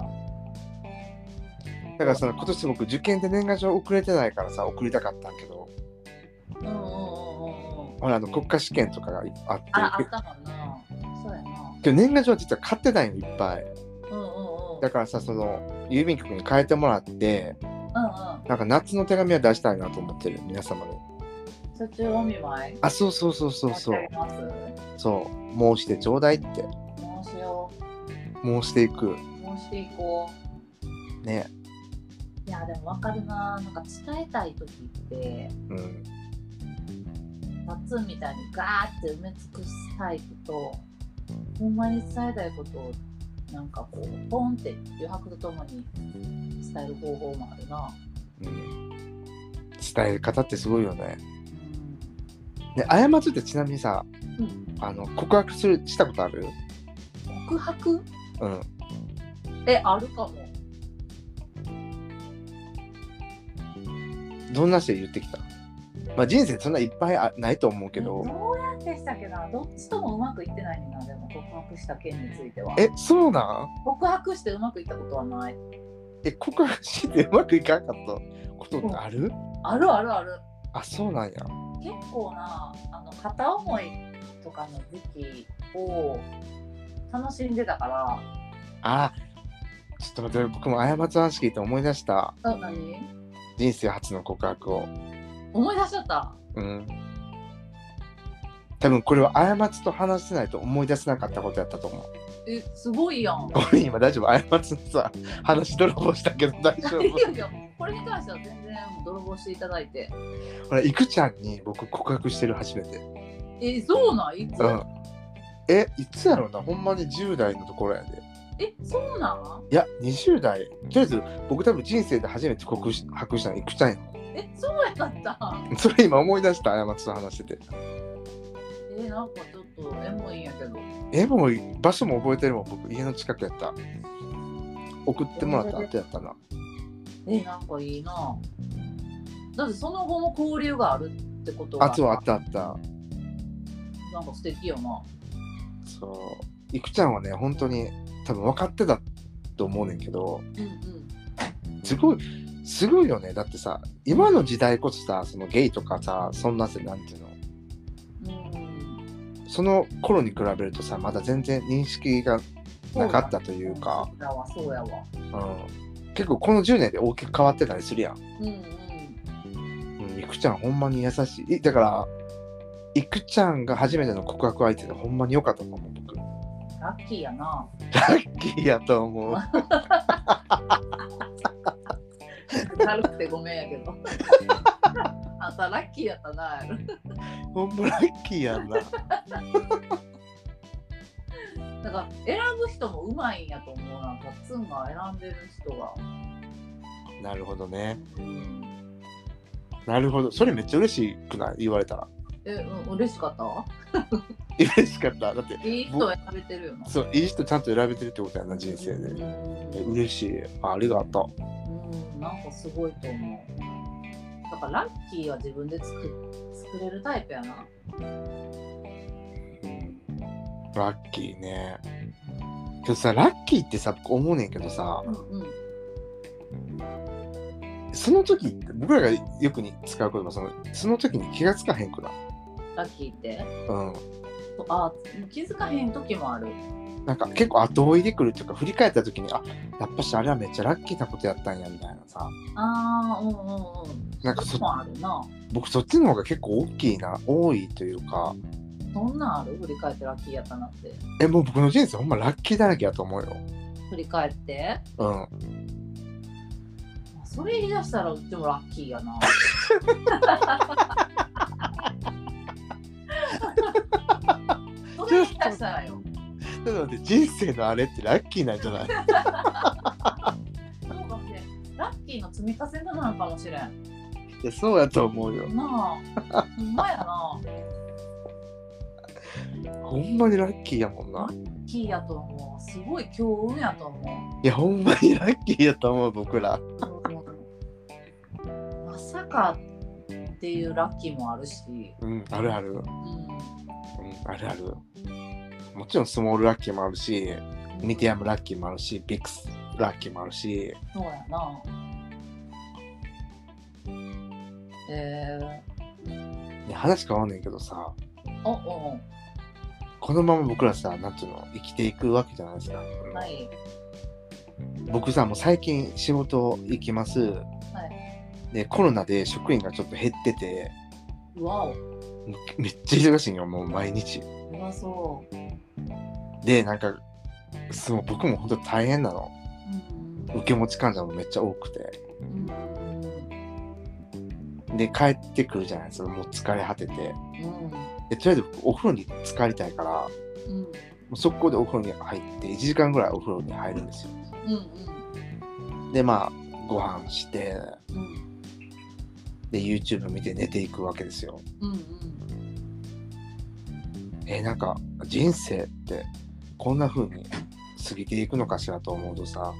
A: だからその今年僕受験で年賀状送れてないからさ送りたかったんけど
B: うんうんうんうんうん。
A: ほらあの国家試験とかがあって
B: あ、あったもんな。そうやな。
A: けど年賀状は実は買ってないのいっぱい
B: うんうんうん。
A: だからさその郵便局に変えてもらって
B: うん
A: なんか夏の手紙は出したいなと思ってる皆様に
B: うん。そっちお見舞い。
A: あそうそうそうそうそう
B: 申し上げます。
A: そう申してちょうだいって
B: 申しよ
A: 申していく
B: う。申していこ
A: ね
B: う。いや、でもわかるな。なんか伝えたい時って、
A: うん
B: タッツンみたいにガーって埋め尽くすタイプと、ほんまに伝えたいことを、なんかこう、ポンって余白とともに伝える方法もあるな。
A: うん伝え方ってすごいよね
B: うん。
A: ね過ちってちなみにさ、
B: うん
A: あの告白するしたことある
B: 告白
A: うん
B: え、あるかも。
A: どんな人言ってきたまあ人生そんないっぱいあないと思うけど、
B: どうやってしたっけなどっちともうまくいってないねんなでも告白した件については
A: えそうなん
B: 告白してうまくいったことはない
A: え告白してうまくいかなかったことってある、
B: あるあるある
A: あそうなんや
B: 結構なあの片思いとかの時期を楽しんでたか
A: あちょっと待って僕も過ちの話聞いて思い出した
B: らあ何
A: 人生初の告白を
B: 思い出しちゃった
A: うん多分これは過ちと話してないと思い出せなかったことやったと思う [LAUGHS]
B: えすごいやん
A: ごめん今大丈夫過ちのさ話泥棒したけど大丈
B: い
A: 夫
B: [LAUGHS] やいやこれに関しては全然泥棒していただいて
A: ほらいくちゃんに僕告白してる初めて
B: えそうなんいつ、
A: うん。え、いつやろうな、ほんまに10代のところやで。
B: えそうなん
A: いや、20代。とりあえず、僕多分人生で初めて告白したのいくちゃんやん。
B: えそうやった
A: それ今思い出した過ちと話してて
B: えなんかちょっとエモいんやけど
A: えもう場所も覚えてるもん僕家の近くやった送ってもらった後やったな
B: えなんかいいなだってその後も交流があるってこと
A: あそうあったあった
B: なんか素敵よな
A: そういくちゃんはね本当に多分分かってたと思うねんけど
B: うんうん
A: すごいすごいよねだってさ今の時代こそさそのゲイとかさそんなさなんていうの
B: うん
A: その頃に比べるとさまだ全然認識がなかったというか、
B: そうだわそうや
A: う
B: わ
A: ん、結構この10年で大きく変わってたりするやん、
B: うんうん
A: うん、いくちゃんほんまに優しいいだからいくちゃんが初めての告白相手でほんまに良かったと思う僕ラ
B: ラッキーやな
A: ッキーやと思う [LAUGHS]
B: 軽くてごめんやけど [LAUGHS] あんたラッキーやったな
A: ほんまラッキーやんな
B: だから選ぶ人もうまいんやと思うなタッツンが選んでる人が
A: なるほどね
B: うん
A: なるほどそれめっちゃ嬉しくない言われたら
B: えうん嬉しかったわ
A: 嬉しかっただって
B: いい人選べてるよな
A: そういい人ちゃんと選べてるってことやな人生
B: う
A: でえ
B: ん
A: 嬉しいあありがと
B: うんなんかすごいと思うだからラッキーは自分で作作れるタイプやな
A: うラッキーねけどさラッキーってさ僕思うねんけどさ
B: うんうん
A: その時って僕らがよくに使う言葉そのその時に気がつかへんくない
B: ラッキーって
A: う
B: そうあもう気づかへん時もある
A: んなんか結構後追いでくるっていうか振り返った時にあやっぱしあれはめっちゃラッキーなことやったんやみたいなさ
B: ああうんうんうん
A: なんかそ
B: もあるな
A: 僕そっちの方が結構大きいな多いというか
B: そんなんある振り返ってラッキーやったなって
A: えもう僕の人生ほんまラッキーだらけやと思うよ
B: 振り返って
A: うん
B: それ言い出したらうちもラッキーや [LAUGHS] な。それ言い出したらよ。
A: だって人生のあれってラッキーなんじゃ [LAUGHS] ない
B: そうかもしれんラッキーの積み重ねなのかもしれん。ない
A: やそうやと思うよ
B: あ、ほんまやな。
A: ほんまにラッキーやもんな
B: ラッキーやと思う。すごい強運やと思
A: いやほんまにラッキーやと思う僕ら
B: う。まさかっていうラッキーもあるし。
A: うんあるあるうん
B: う
A: あるあるもちろんスモールラッキーもあるし
B: ん。
A: ミディアムラッキーもあるしビッグスラッキーもあるし
B: そうやな。えー。
A: いや話変わんねんけどさ
B: おお
A: このまま僕らさなんていうの生きていくわけじゃないですか、
B: おはい
A: 僕さもう最近仕事行きます、でコロナで職員がちょっと減ってて
B: わお
A: もうめっちゃ忙しいんよもう毎日
B: うまそう
A: でなんかそう僕も本当大変なの
B: うん
A: 受け持ち患者もめっちゃ多くて
B: うん
A: で帰ってくるじゃないですかもう疲れ果ててでとりあえず僕お風呂に浸かりたいからも
B: うんうん
A: う速攻でお風呂に入って1時間ぐらいお風呂に入るんですよ
B: うん
A: でまあご飯して
B: うん
A: で YouTube 見て寝ていくわけですよ
B: うんうん
A: えーなんか人生ってこんな風に過ぎていくのかしらと思うとさ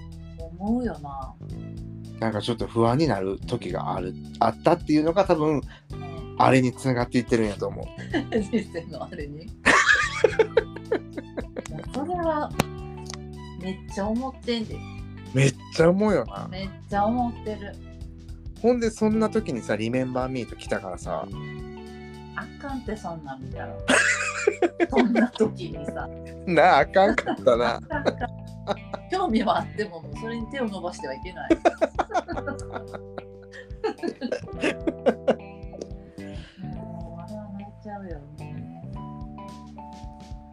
B: 思うよな
A: なんかちょっと不安になる時があるあったっていうのが多分あれにつながっていってるんやと思う
B: 人生のあれに [LAUGHS] それはめっちゃ思ってんで
A: めっちゃ思うよな
B: めっちゃ思ってる
A: ほんでそんな時にさ「リメンバーミート来たからさ
B: あかんってそんなん見たらそんな時にさ
A: なああかんかったな [LAUGHS]
B: なんか興味はあってももうそれに手を伸ばしてはいけないもうあれは泣いちゃうよね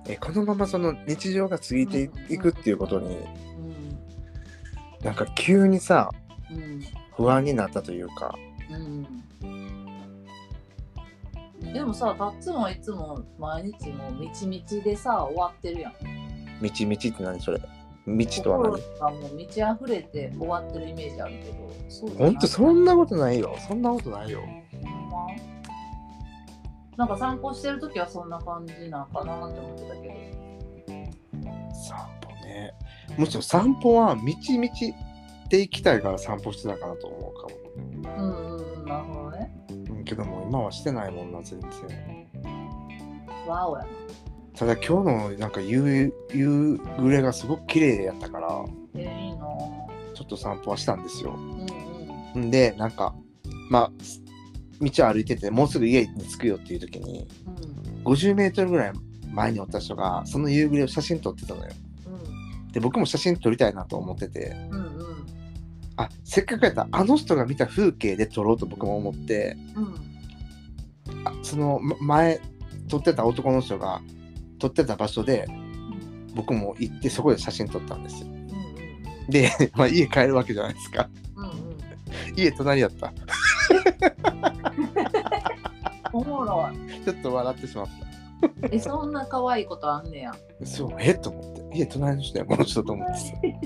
A: えこのままその日常が過ぎていくっていうことに
B: うん
A: なんか急にさ
B: うん
A: 不安になったというか
B: うんでもさタッツンはいつも毎日もうみちみちでさ終わってるやん
A: 「みちみち」って何それ未知とは何
B: 心がもう満ち溢れて終わってるイメージあるけど、そう
A: ほんとそんなことないよそんなことないよ
B: ほんまなんか散歩してる時はそんな感じなんかなって思ってたけど。
A: 散歩ねむしろ散歩は道々って行きたいから散歩してたかなと思うかも
B: うんうんうん、なるほどね。
A: うんけどもう今はしてないもんな全然
B: わおやな。
A: ただ今日のなんか夕夕暮れがすごく綺麗やったから
B: えー、いいなぁ。
A: ちょっと散歩はしたんですよ
B: うんうん。
A: んでなんかまあ道を歩いててもうすぐ家に着くよっていう時に
B: うん
A: 50メートルぐらい前におった人がその夕暮れを写真撮ってたのよで僕も写真撮りたいなと思ってて
B: うんうんうん
A: あせっかくやったらあの人が見た風景で撮ろうと僕も思って
B: うん
A: あそのま前撮ってた男の人が撮ってた場所で僕も行ってそこで写真撮ったんですよで、 [LAUGHS] まあ、家帰るわけじゃないですか [LAUGHS]
B: うんうん。
A: 家隣やった
B: おもろい。
A: ちょっと笑ってしまっ
B: え、そんな可愛いことあんねや。
A: たそうえっと思って家隣の人やこの人と思って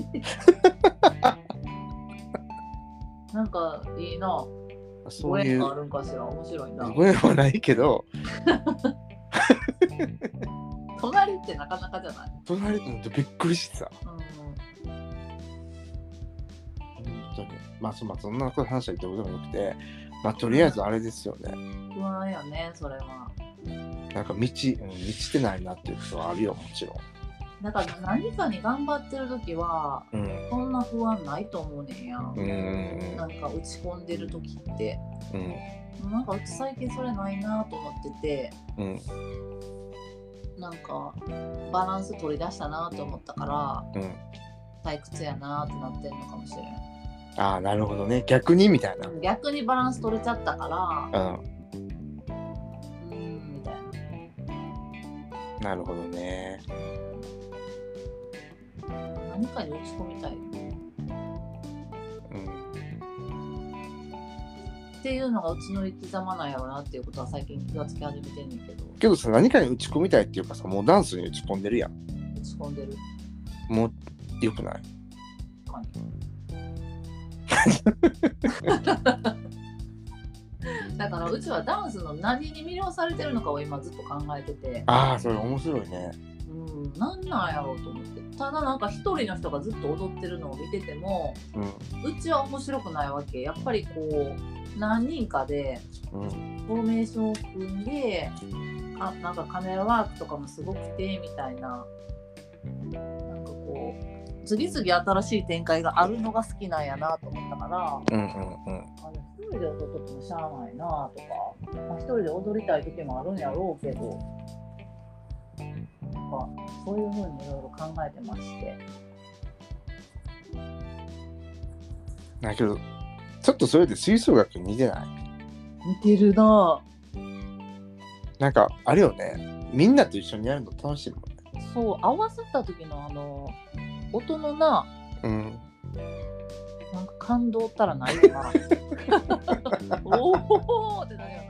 B: なんかいいな。
A: たそ
B: ご
A: うい
B: 縁
A: う
B: があるんかしら。面白いな。
A: ご縁はないけど
B: 隣ってなかなかじゃない。
A: 隣と思ってびっくりしてた
B: う
A: 本当にまあそ,、まあ、そんな話はどうでもよくて、まあ、とりあえずあれですよね
B: ん。不安よね、それは。
A: なんか道、うん、道ってないなっていうことはあるよもちろん、
B: だから何かに頑張ってる時は、
A: うん、
B: そんな不安ないと思うねんや。
A: うんうん
B: なんか落ち込んでる時って。
A: うん
B: なんかうち最近それないなと思ってて、
A: うん
B: なんかバランス取り出したなと思ったから、
A: うん
B: 退屈やなってなってるのかもしれん。
A: ああなるほどね逆にみたいな
B: 逆にバランス取れちゃったから、
A: うん
B: うーんみたいな。
A: なるほどね
B: 何かに打ち込みたい
A: うん
B: っていうのがうちの生き様なんやろなっていうことは最近気がつき始めてんねんけど
A: けどさ何かに打ち込みたいっていうかさもうダンスに打ち込んでるやん
B: 打ち込んでる
A: もうよくない
B: かにだからうちはダンスの何に魅了されてるのかを今ずっと考えてて
A: ああそれ面白いね
B: うん何なんやろうと思ってただなんか一人の人がずっと踊ってるのを見てても
A: う
B: うちは面白くないわけやっぱりこう何人かで
A: んうん
B: フォーメーションを組んであなんかカメラワークとかもすごくてみたいななんかこう次々新しい展開があるのが好きなんやなと思ったから
A: うんうんうん
B: あの一人で踊っててもしゃあないなとか、まあ、一人で踊りたい時もあるんやろうけどなんかそういうふうにいろいろ考えてまして
A: だけどちょっとそれで吹奏楽に似てない
B: 似てるな
A: なんかあれよねみんなと一緒にやるの楽しいもんね
B: そう合わせた時のあの音のな
A: うん
B: なんか感動ったらないよな。おおってなるよ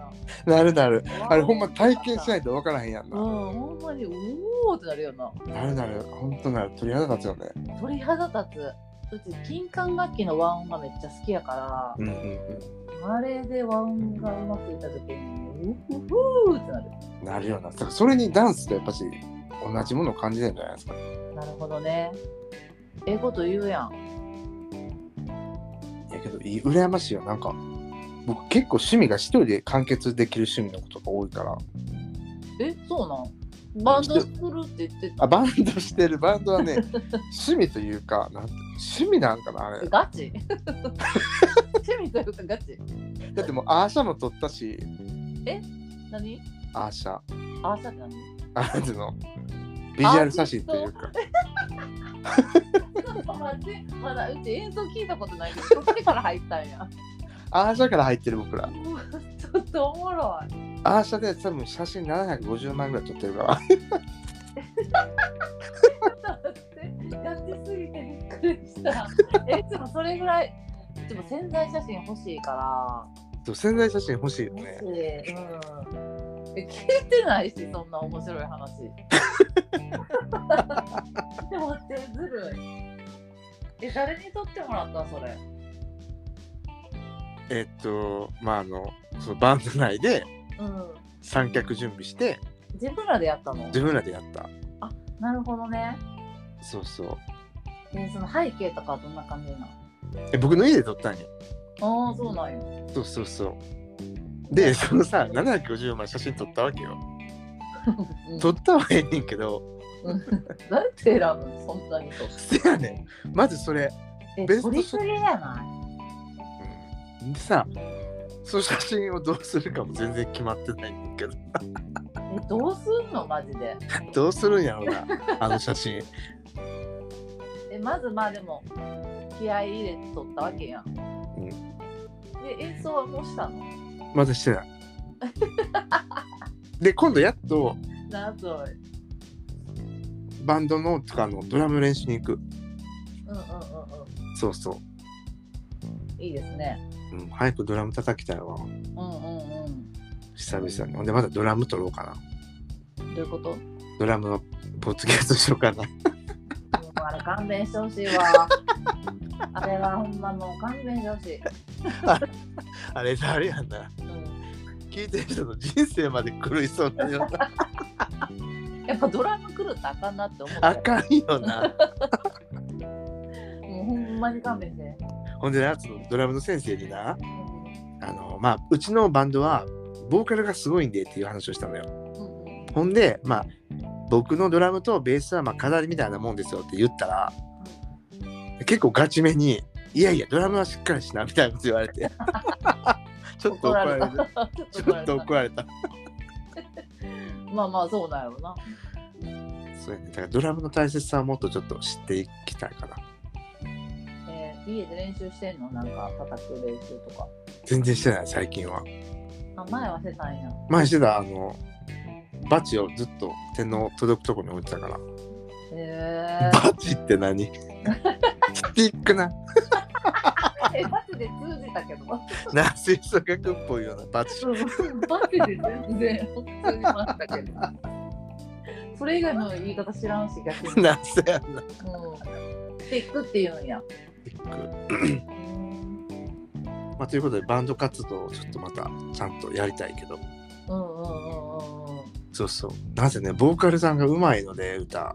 A: なるなる
B: な。。
A: [LAUGHS] あれほんま体験しないいと分からへんやん
B: うん、
A: な、
B: ほんまにおおってなるよな。
A: なるなるほんとなる鳥肌立つよね
B: 鳥肌立つ。うち金管楽器の和音がめっちゃ好きやか
A: うんうん
B: ら、あれで和音がうまくいった時に、うふふーってなる。
A: うんなるよなだからそれにダンスとやっぱし同じものを感じてるんじゃないですか
B: なるほどね。ええこと言うやん。
A: いやけどいい羨ましいよなんか僕結構趣味が一人で完結できる趣味のことが多いから
B: え、そうなんバンドするって言って
A: あバンドしてるバンドはね趣味というかなんて趣味なんかなあれ
B: ガチ [LAUGHS] 趣味というかガチ
A: だってもうアーシャも撮ったし
B: 何
A: アーシャ
B: あーさって何
A: あーシャのビジュアル写真というか
B: ちょっと待って、まだうち演奏聞いたことないけど、そっちから入ったんや。
A: アーシャから入ってる僕ら
B: もうちょっとおもろい。
A: アーシャで多分写真750枚ぐらい撮ってるから
B: ちょっと待って、やってすぎてびっくりした。え、でもそれぐらい、でも潜在写真欲しいか
A: そう宣材写真欲しいよ
B: ら、
A: ね
B: 欲しい。うん。え聞いてないしそんな面白い [LAUGHS] 話待ってずるいえ誰に撮ってもらったそれ
A: えっとまああのそのバンド内で
B: うん
A: 三脚準備して
B: 自分らでやったの
A: 自分らでやった
B: なるほどね
A: そうそう
B: えその背景とかはどんな感じなの
A: え僕の家で撮ったんよ
B: ああそうなんよ
A: そうそうそう [LAUGHS] でそのさ750枚写真撮ったわけよ撮ったはええねんけど
B: うん誰って選ぶのそんなにと
A: せやねんまずそれ、
B: え
A: ベスト
B: 撮りすぎじゃない
A: うん、でさその写真をどうするかも全然決まってないねんだけど
B: えどうすんのマジで
A: どうするんやろう [LAUGHS] なあの写真
B: えまずまあでも気合い入れて撮ったわけやん、
A: ん
B: で演奏はもうしたの
A: まだしてないで今度やっと
B: なあそれ
A: バンドのとかのドラム練習に行く
B: うんうんうんう
A: そうそ
B: んいいですね
A: う、うん、早くドラム叩きたいわ
B: うんうんうん
A: 久々にほんでまたドラム撮ろうかな
B: どういうことも
A: ドラムのポッドキャストしようかな
B: うあれ勘弁してほしい
A: [LAUGHS]
B: わあれはほんまもう勘弁してほしい、
A: あれさあれやんな
B: う
A: 聞いてる人の人生まで狂いそう [LAUGHS] なような
B: ん、やっぱドラム来るとあかんなって思って
A: あかんよな
B: もうほんまに勘弁して、
A: ほんでなそのドラムの先生にな
B: うん
A: あのまあうちのバンドはボーカルがすごいんでっていう話をしたのよ
B: うんうん
A: ほんでまあ僕のドラムとベースはまあ飾りみたいなもんですよって言ったら結構ガチめに「いやいやドラムはしっかりしな」みたいなこと言われ [LAUGHS] てちょっと怒られた
B: 怒られた
A: ちょっと怒られた
B: まあまあそうだよな
A: そうやねだからドラムの大切さをもっとちょっと知っていきたいかな
B: えー家で練習してんのなんか叩く練習とか。
A: 全然してない最近は
B: あ、前はしてたんや。
A: 前してたあのバチをずっと手の届くとこに置いてたから、
B: へ
A: バチって何スティックな
B: え。え、バチで通じたけど。
A: な吹奏楽っぽいようなバチ
B: バチで全然通じましたけど。それ以外の言い方知らんし、逆に。
A: なんせやんな
B: うん。スティックって言うんや。
A: スティッ
B: うん
A: ク、まあ、ということでバンド活動をちょっとまたちゃんとやりたいけど
B: うんうんうんうんうん。
A: そうそうなぜねボーカルさんがうまいので歌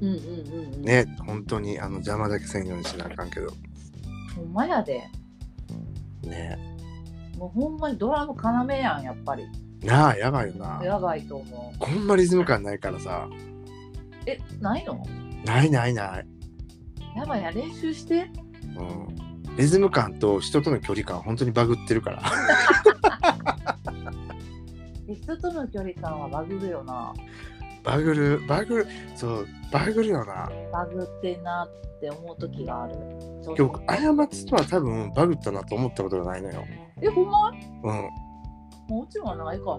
B: うんうんうんうん。。
A: ね本当にあの邪魔だけせんようにしなあかんけど
B: ほんまやで。
A: ね
B: もうほんまにドラム要やん、やっぱり。
A: なあやばいよな
B: やばいと思う。
A: こんまリズム感ないからさ
B: え、ないの
A: ないないない、
B: やばいや、練習して。
A: うん、リズム感と人との距離感本当にバグってるから
B: 人との距離感はバグるよな
A: バグるバグるそうバグるよな
B: バグってんなって思う時があるちょっ
A: 今
B: と
A: 日過ちとは多分バグったなと思ったことがないのよ
B: えほんま
A: うん
B: もううちはないか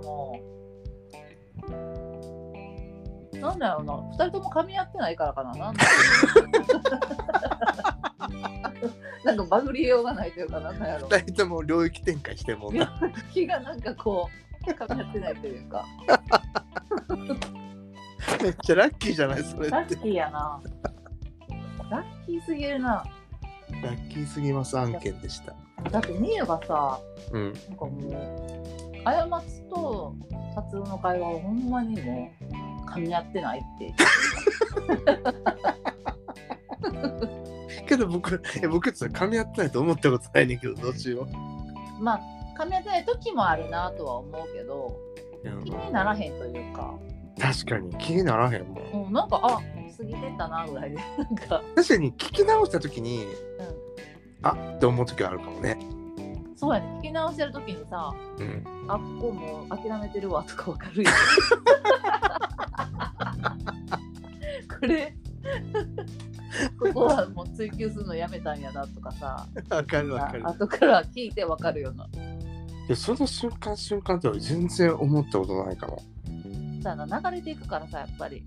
B: ななんだろうな二人とも噛み合ってないからかななんだろうなんかバグりようがないというかなんだろう
A: 二人とも領域展開してんもんな
B: 気がなんかこう噛み合ってないというか
A: めっちゃラッキーじゃないそれ
B: ラ
A: っ
B: ッ
A: て
B: キーやなラッキーすぎるな
A: ラッキーすぎます案件でした
B: だってミユがさ
A: うん
B: なんかもう、過ちと達夫の会話はほんまにもう、噛み合ってないって。
A: けど僕え僕ちょっと噛み合ってないと思ったことないねんけどどうしよ
B: まあ、噛み合ってない時もあるなとは思うけど、
A: う、うん
B: 気にならへんというか、
A: 確かに気にならへんもん
B: うん、なんか、あ過ぎてったなぐらいで、 [LAUGHS] なんか、
A: 確かに聞き直した時にあって思う時はあるかもね
B: そうやね、聞き直してる時にさ、
A: うん
B: あ、ここもう諦めてるわとかわかるやん。これ、ここはもう追求するのやめたんやなとかさ、
A: [LAUGHS] わかるわかる
B: あ後から聞いてわかるような。
A: いやその瞬間瞬間って俺全然思ったことないかも
B: さあな流れていくからさやっぱり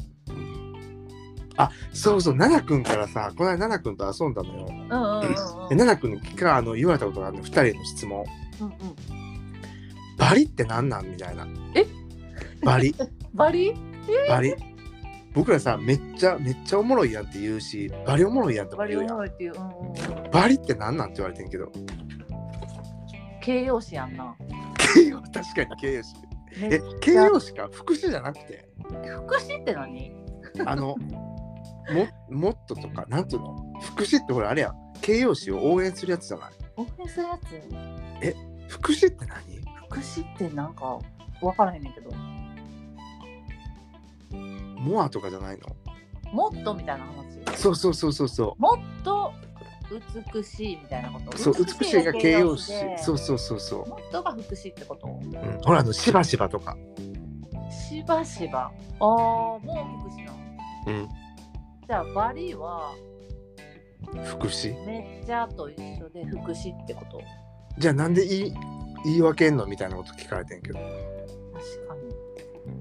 A: そうそう奈々くんからさこの間奈々くんと遊んだのよ
B: うんうんうんうん
A: で奈々くんに聞かあの言われたことがあるの2人への質問
B: うんうん
A: バリって何なんみたいなバ
B: [LAUGHS]
A: リ
B: バリ
A: バリ僕らさめっちゃめっちゃおもろいやんって言うしバリおもろいやんっても
B: バリ
A: 言う
B: お
A: やん
B: もろいっていう、うんうんうん、
A: バリってなんなんって言われてんけど
B: 形容詞やんな
A: 形容確かに形容詞
B: め
A: え形容詞か副詞じゃなくて
B: 福祉って何
A: あのももっととかなんていうの副詞ってほらあれやん形容詞を応援するやつじゃない
B: オフェンスやつ
A: 副詞って何
B: 福祉ってなんか分からへんねんけど
A: モアとかじゃないの
B: もっとみたいな話
A: そうそうそうそうそ
B: もっと美しいみたいなこと
A: うそう美しいが形容詞
B: で
A: そうそうそうそ
B: もっとが福祉ってこと
A: う、うん、ほらあのしばしばとか
B: しばしばあーもう福祉なの
A: うん
B: じゃあバリは
A: 副詞
B: めっちゃと一緒で福祉ってこと
A: じゃあなんで言い言い訳んのみたいなこと聞かれてんけど
B: 確か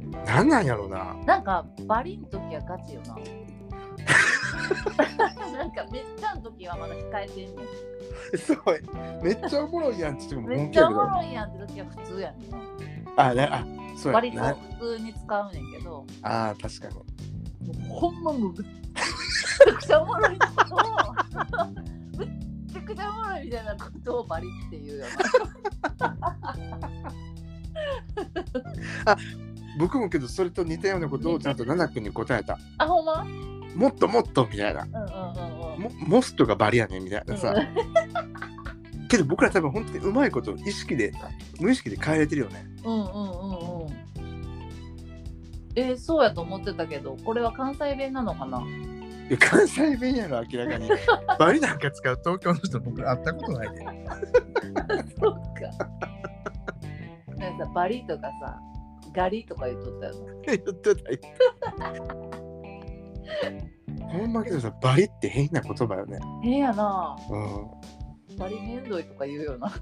B: に
A: なんなんやろな
B: [LAUGHS] なんかバリの時はガチよ [LAUGHS] ななんかめっちゃの時はまだ控えてんねん
A: すごい。めっちゃおもろいやんって言っても
B: めっ
A: 本
B: ち
A: 気や
B: ゃお
A: け
B: も
A: ど。
B: ろいやんって時は普通やねんな
A: あ、なあ、そうや
B: 割と
A: な。
B: 普通に使うねんけど
A: あー、確かに。
B: もうほんまもうめっちゃくちゃおもろいことをめっちゃくちゃおもろいみたいなことをバリっていうよ
A: 僕もけどそれと似たようなことをちゃんとナナ君に答えた。
B: な [LAUGHS] あほんま
A: もっともっとみたいな。
B: うんうんうんうん
A: もモストがバリやねんみたいなさ。けど僕ら多分本当にうまいこと意識で、無意識で変えれてるよね。
B: うんうんうんうんえー、そうやと思ってたけどこれは関西弁なのかない
A: や関西弁やろ明らかに。 [LAUGHS] バリなんか使う東京の人僕ら会ったことないで。
B: そうかなんかさバリとかさガリとか言っとったよな
A: 言ってた言ってた。ほんまけどさ、バリって変な言葉よね。
B: ええやな
A: うん。
B: バリめんどいとか言うよな
A: いや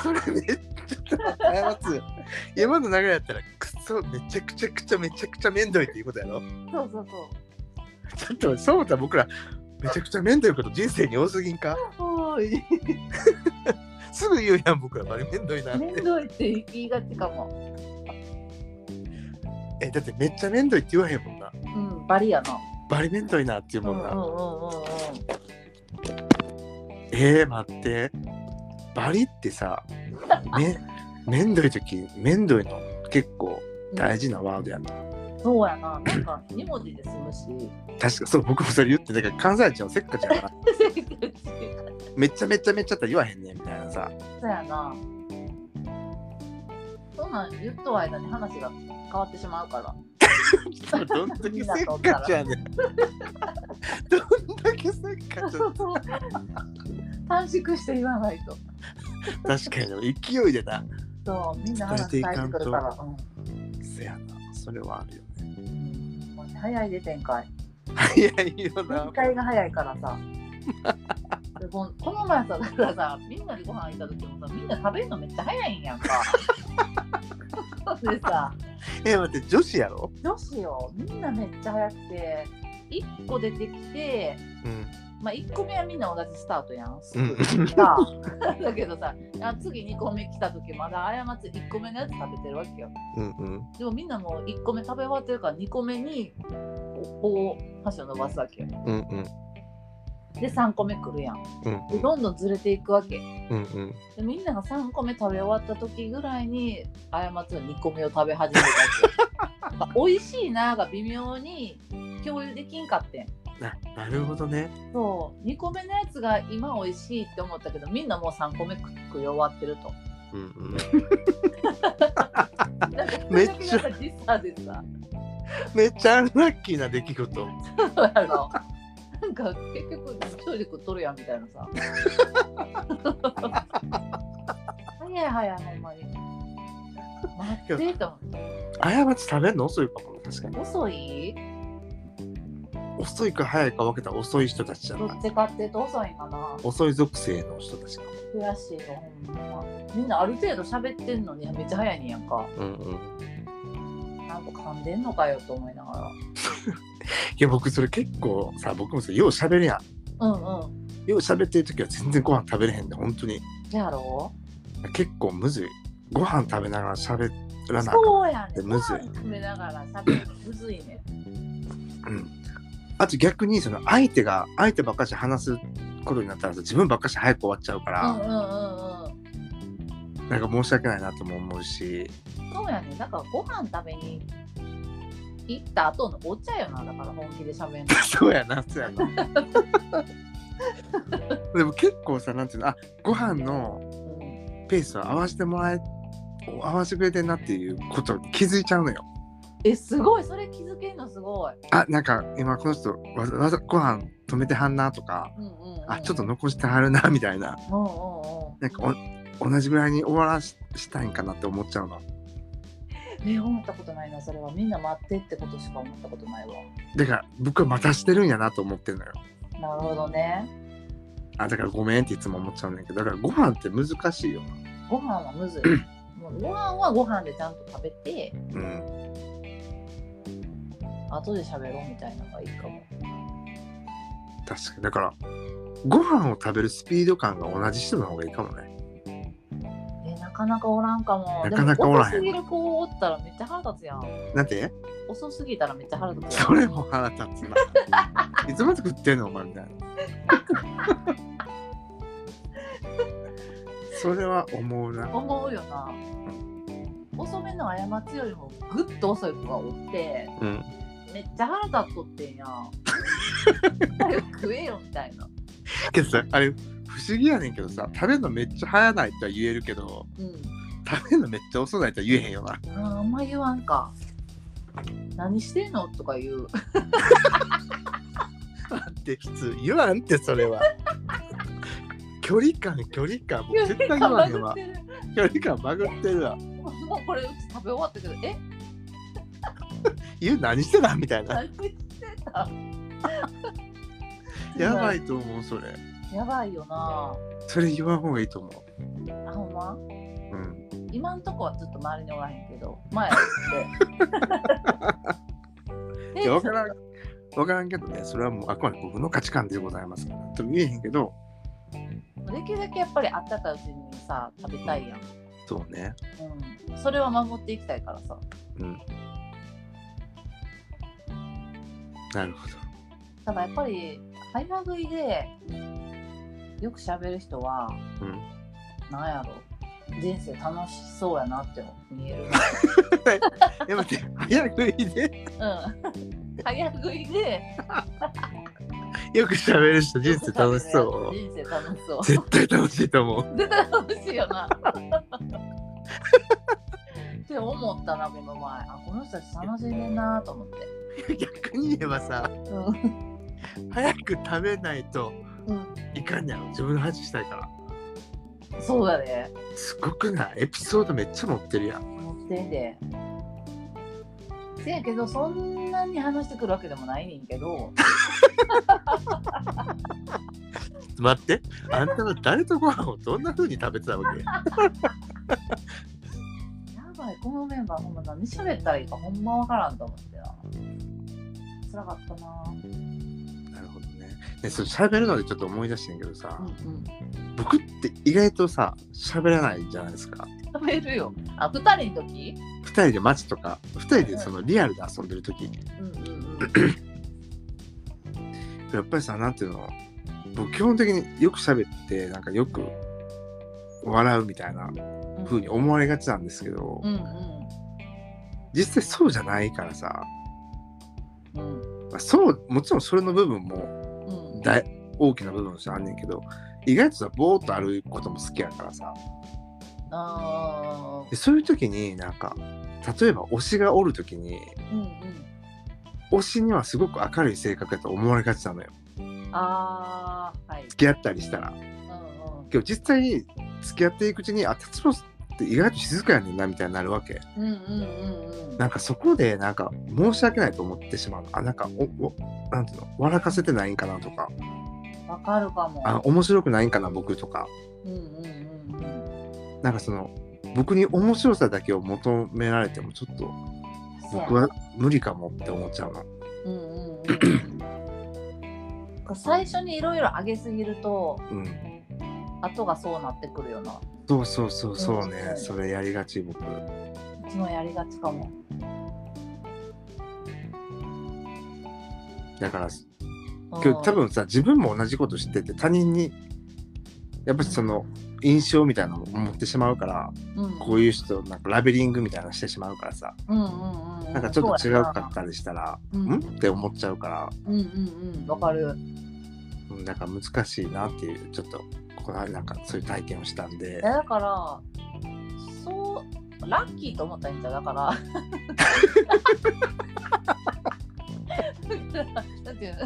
A: それめっちゃ謝つ今の流れやったらくそめちゃくちゃくちゃめちゃくちゃめんどいっていうことやろ
B: そうそうそう
A: ちょっとそうだ僕らめちゃくちゃめんどいこと人生に多すぎんか
B: おい
A: すぐ言うやん僕らバリめんどいなっ
B: めん
A: て
B: どいって言いがちかも。
A: えだってめっちゃめんどいって言わへんもんな
B: うん、バリやな。
A: バリめんどいなっていうもんな、
B: う
A: えー、待ってバリってさ [LAUGHS] めめんどい時めんどいの結構大事なワードやな
B: うん。そうやな。なんか二文字で済むし。
A: 確かそう僕もそれ言ってだから関西人はせっかちやから
B: そ
A: めっちゃめっちゃめっちゃって言わへんねんみたいなさ
B: うやな。そんなん言っとる間に話が変わってしまうから。
A: どんだけせっかちやねん。どんだけせっかちやねん。
B: [LAUGHS] 短縮して言わないと。
A: 確かに勢いでな。
B: そう、みんな話変えてくるから。う
A: せやな、それはあるよね。
B: ん。もう早いで展開。
A: 早いよな
B: 展。開が早いからさ。でこんこの前さ、だからさ、みんなでご飯行った時もさ、みんな食べるのめっちゃ早いんやんか。でさ、
A: え、待って、女子やろ
B: どうしよう、みんなめっちゃ早くて、1個出てきて、
A: うん。
B: まあ、1個目はみんな同じスタートやん。す
A: うん
B: ぐさだけどさ、あ次2個目来た時まだ過ち1個目のやつ食べてるわけよ。
A: うんうん。
B: でもみんなもう1個目食べ終わってるから2個目にこう箸を伸ばすわけよ。
A: うんうん。
B: で3個目来るやん。
A: うん
B: でどんどんずれていくわけ。
A: うんうん。
B: でみんなが3個目食べ終わった時ぐらいに過ちの2個目を食べ始めたわけ
A: [LAUGHS]
B: まあ美味しいなが微妙に共有できんかってん
A: ななるほどね。
B: そう2個目のやつが今美味しいって思ったけどみんなもう3個目食い終わってると
A: うんうん。
B: なんか
A: めっちゃ
B: それだけなんか時差でさ
A: めっちゃアンラッキーな出来事。
B: そうやろなんか結局一人で食っとるやんみたいなさ早い早いほんまに待ってと思って
A: 過ち食べんの遅いかも。確かに。
B: 遅い
A: 遅いか早いか分けたら遅い人たちじゃ
B: ど
A: ない
B: っ。ちかっていうと遅いかな
A: 遅い属性の人たちかも。
B: 悔しいわほんまみんなある程度喋ってんのにめっちゃ早いねんやんか
A: うんうん。
B: なんか噛んでんのかよと思いなが
A: いや、僕それ結構さ、僕もさ、よう喋るやん。
B: らうんうん
A: よう喋ってる時は全然ご飯食べれへんで本当に
B: やろ
A: 結構むずいご飯食べながら喋っらなあかん
B: そうやね
A: で
B: ん。
A: むずい
B: ご飯食べながら喋るのむずいね。
A: うん、あと逆にその相手が相手ばっかし話すことになったらさ自分ばっかし早く終わっちゃうか
B: う
A: ら
B: ん、うんうんうん。
A: なんか申し訳ないなとも思うし
B: そうやね。だからご飯食べに行った後のお茶よな。だから本気で喋るの。
A: [LAUGHS] そうやなそうや
B: [LAUGHS]
A: なでも結構さなんていうのあご飯の
B: うん
A: ペースを合わせてもらえ合わせてくれてんなっていうこと気づいちゃうのよ
B: え、すごい。それ気づけんのすごい。
A: あなんか今この人わざわざご飯止めてはんなとか
B: うんうんうん、
A: あちょっと残してはるなみたいな
B: うんうんうん。
A: なんかお同じぐらいに終わらししたいんかなって思っちゃうの
B: え、思ったことないな。それはみんな待ってってことしか思ったことないわ。
A: だから僕はまたしてるんやなと思ってんのよ
B: なるほどね。
A: あだからごめんっていつも思っちゃうんだけどだからご飯って難しいよ
B: ご飯はむずい。
A: [CLEARS THROAT]
B: もうご飯はご飯でちゃんと食べて、
A: うん
B: 後で喋ろうみたいなのがいいかも。
A: 確かにだからご飯を食べるスピード感が同じ人の方がいいかもね
B: え、なかなかおらんかも。
A: なかなかおらん
B: でも遅すぎる子おったらめっちゃ腹立つやん。
A: なんて
B: 遅すぎたらめっちゃ腹立つやん。
A: それも腹立つな [LAUGHS] いつまで食ってんのお前み [LAUGHS] たいなそれは思うな
B: 思うよな。遅めの過ちよりもぐっと遅い子がおって、
A: うん
B: めっちゃ腹立っとってんやん。早く食えよみたいな。
A: けどさあれ不思議やねんけどさ食べるのめっちゃ早ないとは言えるけど
B: うん。
A: 食べるのめっちゃ遅ないとは言えへんよな
B: あーあんま言わんか。何してんのとか言う。
A: って普通言わんってそれは [LAUGHS] 距離感距離感もう絶対言わんよな
B: 言ってる
A: [LAUGHS] 距離感バグってるわ
B: [LAUGHS] もうこれうち食べ終わったけど、え、
A: 言う何してたみたいな
B: 何してた
A: [LAUGHS] やば。いと思うそれ
B: やばいよな。
A: それ言わん方がいいと思
B: あ、ほんま
A: ううん
B: 今んとこはちょっと周りにおらへんけど、前は言って。
A: いや [LAUGHS] 分か
B: え
A: らん分からんけどねそれはもうあくまで僕の価値観でございますからと見えへんけど
B: できるだけやっぱりあったかいうちにさ、食べたいやん。
A: そうね
B: うん。それは守っていきたいからさ。
A: うんなるほど
B: ただやっぱり早食いでよく喋る人は、
A: うん
B: なんやろ人生楽しそうやなって見える
A: え待って早食いで
B: な、うん、 [LAUGHS] 早食いで
A: よく喋る人人生楽しそう
B: 人生楽し [LAUGHS] そう
A: 絶対楽しいと思う
B: 絶対楽しいよなって思ったなこの前あこの人たち楽しんでんなと思って
A: 逆に言えばさ早く食べないと
B: うん、うん、
A: いかんやろ自分の話したいから
B: そうだね
A: すごくないエピソードめっちゃ持ってるやん
B: 持ってんでせやけどそんなに話してくるわけでもないねんけど
A: 待ってあんたは誰とご飯をどんな風に食べてたわけ
B: やばい、このメンバーほんま何喋ったらいいかほんまわからんと思ってな。辛かったな。
A: なるほどねねそれ喋るのでちょっと思い出してんけどさ
B: う、んうん。
A: 僕って意外とさ喋らないじゃないですか
B: 食べるよ。あ、二人の時
A: 2人で街とか2人でそのリアルで遊んでる時
B: うんうん
A: やっぱりさなんていうの僕基本的によく喋ってなんかよく笑うみたいな
B: うん。
A: 風に思われがちなんですけど、
B: うん
A: 実際そうじゃないからさ、
B: うん。うん
A: まあ、そうもちろんそれの部分も
B: うん。
A: 大大きな部分としてあんねんけど意外とさぼーっと歩くことも好きやからさ
B: ああ
A: で。そういう時になんか例えば推しがおる時に
B: うんうん。
A: 推しにはすごく明るい性格やと思われがちなのよ
B: ああ、はい。
A: 付き合ったりしたら
B: うんうん。
A: けど実際に付き合っていくうちにあ達郎って意外と静かやねんなみたいになるわけ
B: うんうんうんうん。
A: なんかそこでなんか申し訳ないと思ってしまうのあなんかおおなんていうの笑かせてないんかなとか
B: わかるかも。
A: あ面白くないんかな僕とか
B: うんうんうんうん。
A: なんかその僕に面白さだけを求められてもちょっと僕は無理かもって思っちゃうの。
B: うんうんうん。これ最初にいろいろ上げすぎると、
A: うん、
B: 後がそうなってくるよな。
A: そうそうそうそうね、
B: うん
A: それやりがち僕。
B: ちのやりがちかも。
A: だから
B: うん
A: 今日多分さ自分も同じこと知ってて他人にやっぱりその印象みたいなのを持ってしまうから
B: うん、
A: こういう人なんかラベリングみたいなのしてしまうからさ
B: うんうんうん、
A: なんかちょっと違うか
B: っ
A: ったりしたら
B: た。うん
A: んって思っちゃうから
B: うんうんうん、わかる。
A: うんなんか難しいなっていうちょっとこのあれなんかそういう体験をしたんで
B: えだからそうラッキーと思ったらいいんじゃんだから [LAUGHS] なんていうの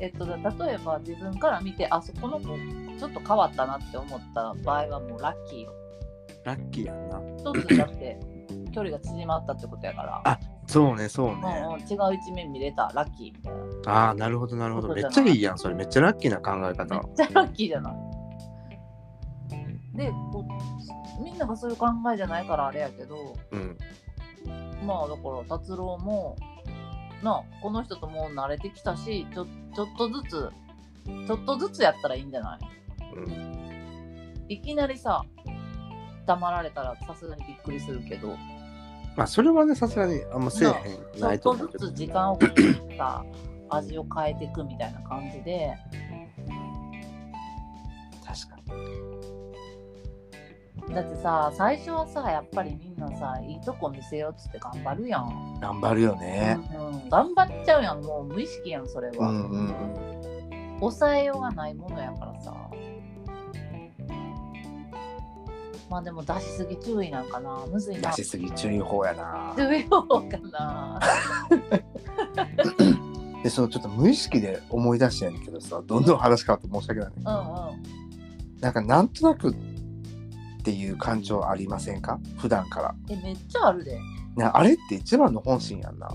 B: えっと例えば自分から見てあそこの子ちょっと変わったなって思った場合はもうラッキーよ
A: ラッキーやんな
B: 一つだって距離が縮まったってことやから
A: あそうねそうね
B: うんうん、違う一面見れたラッキーみたいな
A: ああなるほどなるほど
B: そう
A: め
B: じゃ
A: っ
B: ない
A: ちゃいいやんそれめっちゃラッキーな考え
B: めっ
A: 方
B: ちゃラッキーじゃない。でこうみんながそういう考えじゃないからあれやけど
A: うん
B: まあだから達郎もなあこの人ともう慣れてきたしちょちょっとずつちょっとずつやったらいいんじゃない
A: うん
B: いきなりさ黙られたらさすがにびっくりするけど
A: まあそれはねさすがにあんませえへん
B: ちょ
A: な
B: っ
A: いと
B: と
A: 思うけど
B: ずつ時間をかけてさ味を変えていくみたいな感じで
A: 確かに
B: だってさ最初はさやっぱりみんなさいいとこ見せようっつって頑張るやん。
A: 頑張るよね。
B: うん、頑張っちゃうやんもう無意識やんそれは、
A: うんうん。
B: 抑えようがないものやからさまあでも出しすぎ注意なんかなむずいな
A: 出しすぎ注意報やな。
B: 注意報かな
A: で、そのちょっと無意識で思い出してんけどさ、どんどん話変わって申し訳ないね。
B: うん
A: なんかなんとなくっていう感情ありませんか普段から。
B: うんえめっちゃあるで
A: ね、あれって一番の本心やんな。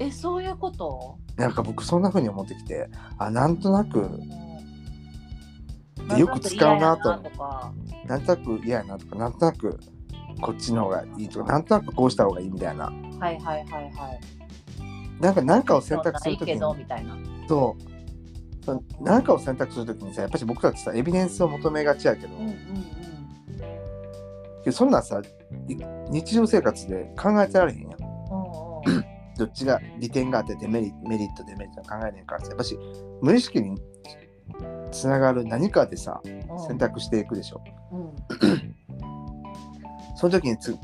B: えそういうこと
A: なんか僕そんな風に思ってきて、あ、なんとなく、
B: うん
A: よく使うなと
B: なんか嫌やな
A: な
B: とか
A: んとなく嫌やなとか、なんとなくこっちの方がいいとか、なんとなくこうした方がいいみたいな。
B: はいはいはいはい
A: なんか何かを選択するとき
B: ないけ
A: に
B: どみたいな
A: そうそう何かを選択するときにさやっぱり僕たちさエビデンスを求めがちやけど、
B: うんうんうん
A: けどそんなんさい日常生活で考えてられへんやん
B: うんうん
A: どっちが利点があってデメリメリットデメリットは考えれへんからさやっぱし無意識につながる何かでさ
B: うん
A: 選択していくでしょ、
B: うん
A: その時につ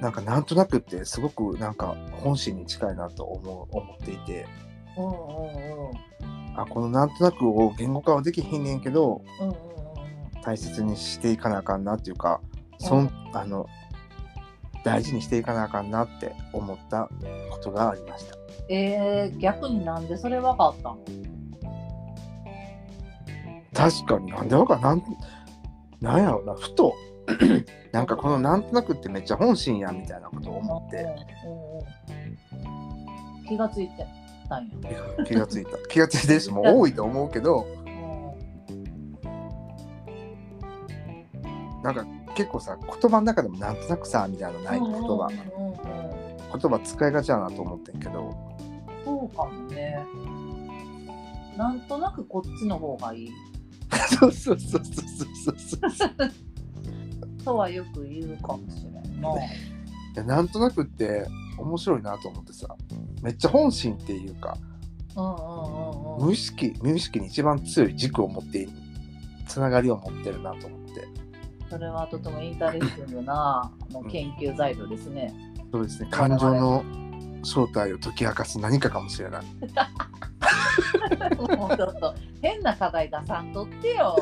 A: なんかなんとなくってすごくなんか本心に近いなと思う思っていて
B: うんうんうん
A: あこのなんとなくを言語化はできひんねんけど
B: うんうんうんうん
A: 大切にしていかなあかんなっていうかそん、
B: うん
A: あの大事にしていかなあかんなって思ったことがありました
B: えー、逆になんでそれ分かったの
A: 確かになんでわかんなんなんやろうなふと [CLEARS THROAT] なんかこのなんとなくってめっちゃ本心やみたいなことを思って
B: うんうん気がついてたんや。
A: 気がついた気がついてる人も多いと思うけど
B: うん
A: なんか結構さ言葉の中でもなんとなくさみたいなのない言葉
B: うんうんうんうん
A: 言葉使いがちやなと思ってんけど
B: そうかもね。なんとなくこっちの方がいい。
A: [LAUGHS] そうそうそうそうそうそう
B: とはよく言うかもしれん
A: [LAUGHS]
B: な。
A: いやなんとなくって面白いなと思ってさめっちゃ本心っていうか
B: うんうんうんう
A: 無
B: ん。
A: 意識無意識に一番強い軸を持ってつながりを持ってるなと思って
B: それはとてもインタレスティングなあの
A: うん
B: 研究材料ですね。
A: そうですね感情の正体を解き明かす何かかもしれない
B: もうちょっと変な課題出さんとってよ。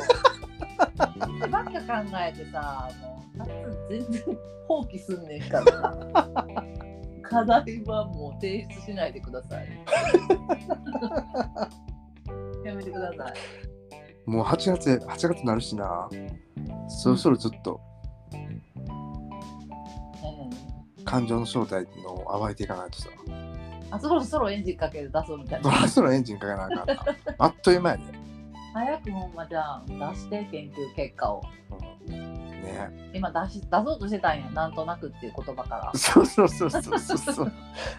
B: ばっか考えてさ、もう全然放棄すんねんからさ。課題はもう提出しないでください。やめてください。
A: もう8月8月になるしなそろそろずっと感情の正体を暴いていかないとさ
B: うんあそろそろエンジンかけて出そうみたい
A: ド
B: な。
A: ラストのエンジンかけなあかんな
B: [LAUGHS]
A: あっという間やで、
B: 早くほんまじゃあ出して研究結果を。
A: うんね
B: 今出し出そうとしてたんや、なんとなくっていう言葉から。
A: そうそうそうそうそうそう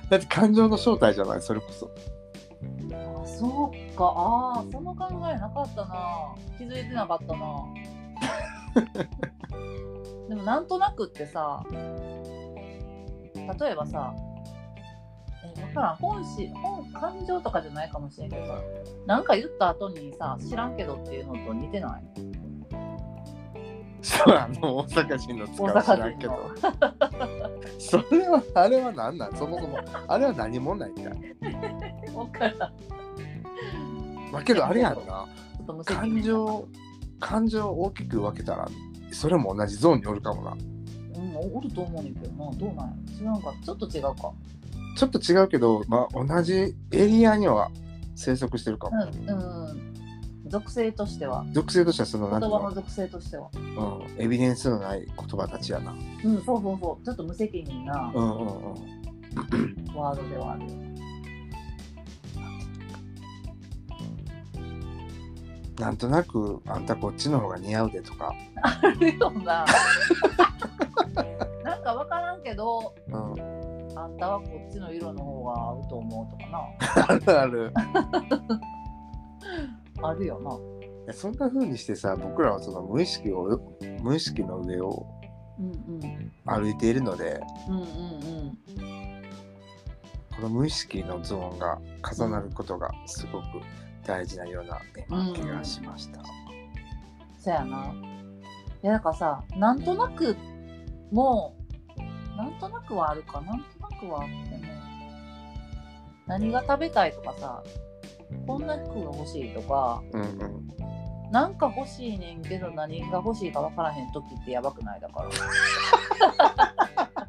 A: だって感情の正体じゃないそれこそ
B: あそうかあーその考えなかったな気づいてなかったな [LAUGHS] でもなんとなくってさ例えばさえ分からん本し本感情とかじゃないかもしれんけどさなんか言った後にさ知らんけどっていうのと似てない
A: そうあの大阪人の使
B: 大
A: う知ら
B: 阪
A: んけ
B: 人の
A: どそれはあれは何なんそもそもあれは何もないんだ
B: 分からんち
A: まあけどあれやろな
B: ょっと無責任
A: 感情感情を大きく分けたらそれも同じゾーンにおるかもな
B: うんおると思うねんけどなどうなんや違うんかちょっと違うか
A: ちょっと違うけど、まあ、同じエリアには生息してるかも、
B: うんうん属性としては
A: 属性としてはその
B: 言
A: 何ていう
B: 葉の
A: の
B: 属性としては
A: うん、エビデンスのない言葉たちやな
B: うんそうそうそうちょっと無責任な
A: うんうんうん
B: ワードではあるよ
A: なんとなくあんたこっちの方が似合うでとか、
B: あるよ [LAUGHS] ななんか分からんけど
A: うん、 [LAUGHS]
B: あんたはこっちの色の方が合うと思うとか
A: あるある
B: なあるよな
A: そんな風にしてさ僕らはその無意識を無意識の上を
B: うんうん
A: 歩いているので
B: うんうん
A: この無意識のゾーンが重なることがすごく大事なような今気がしました、
B: そやないやだからさなんとなくもうなんとなくはあるかなんとなくはあっても何が食べたいとかさこんな服が欲しいとか
A: うん、うん
B: なんか欲しいねんけど何が欲しいか分からへん時ってやばくないだか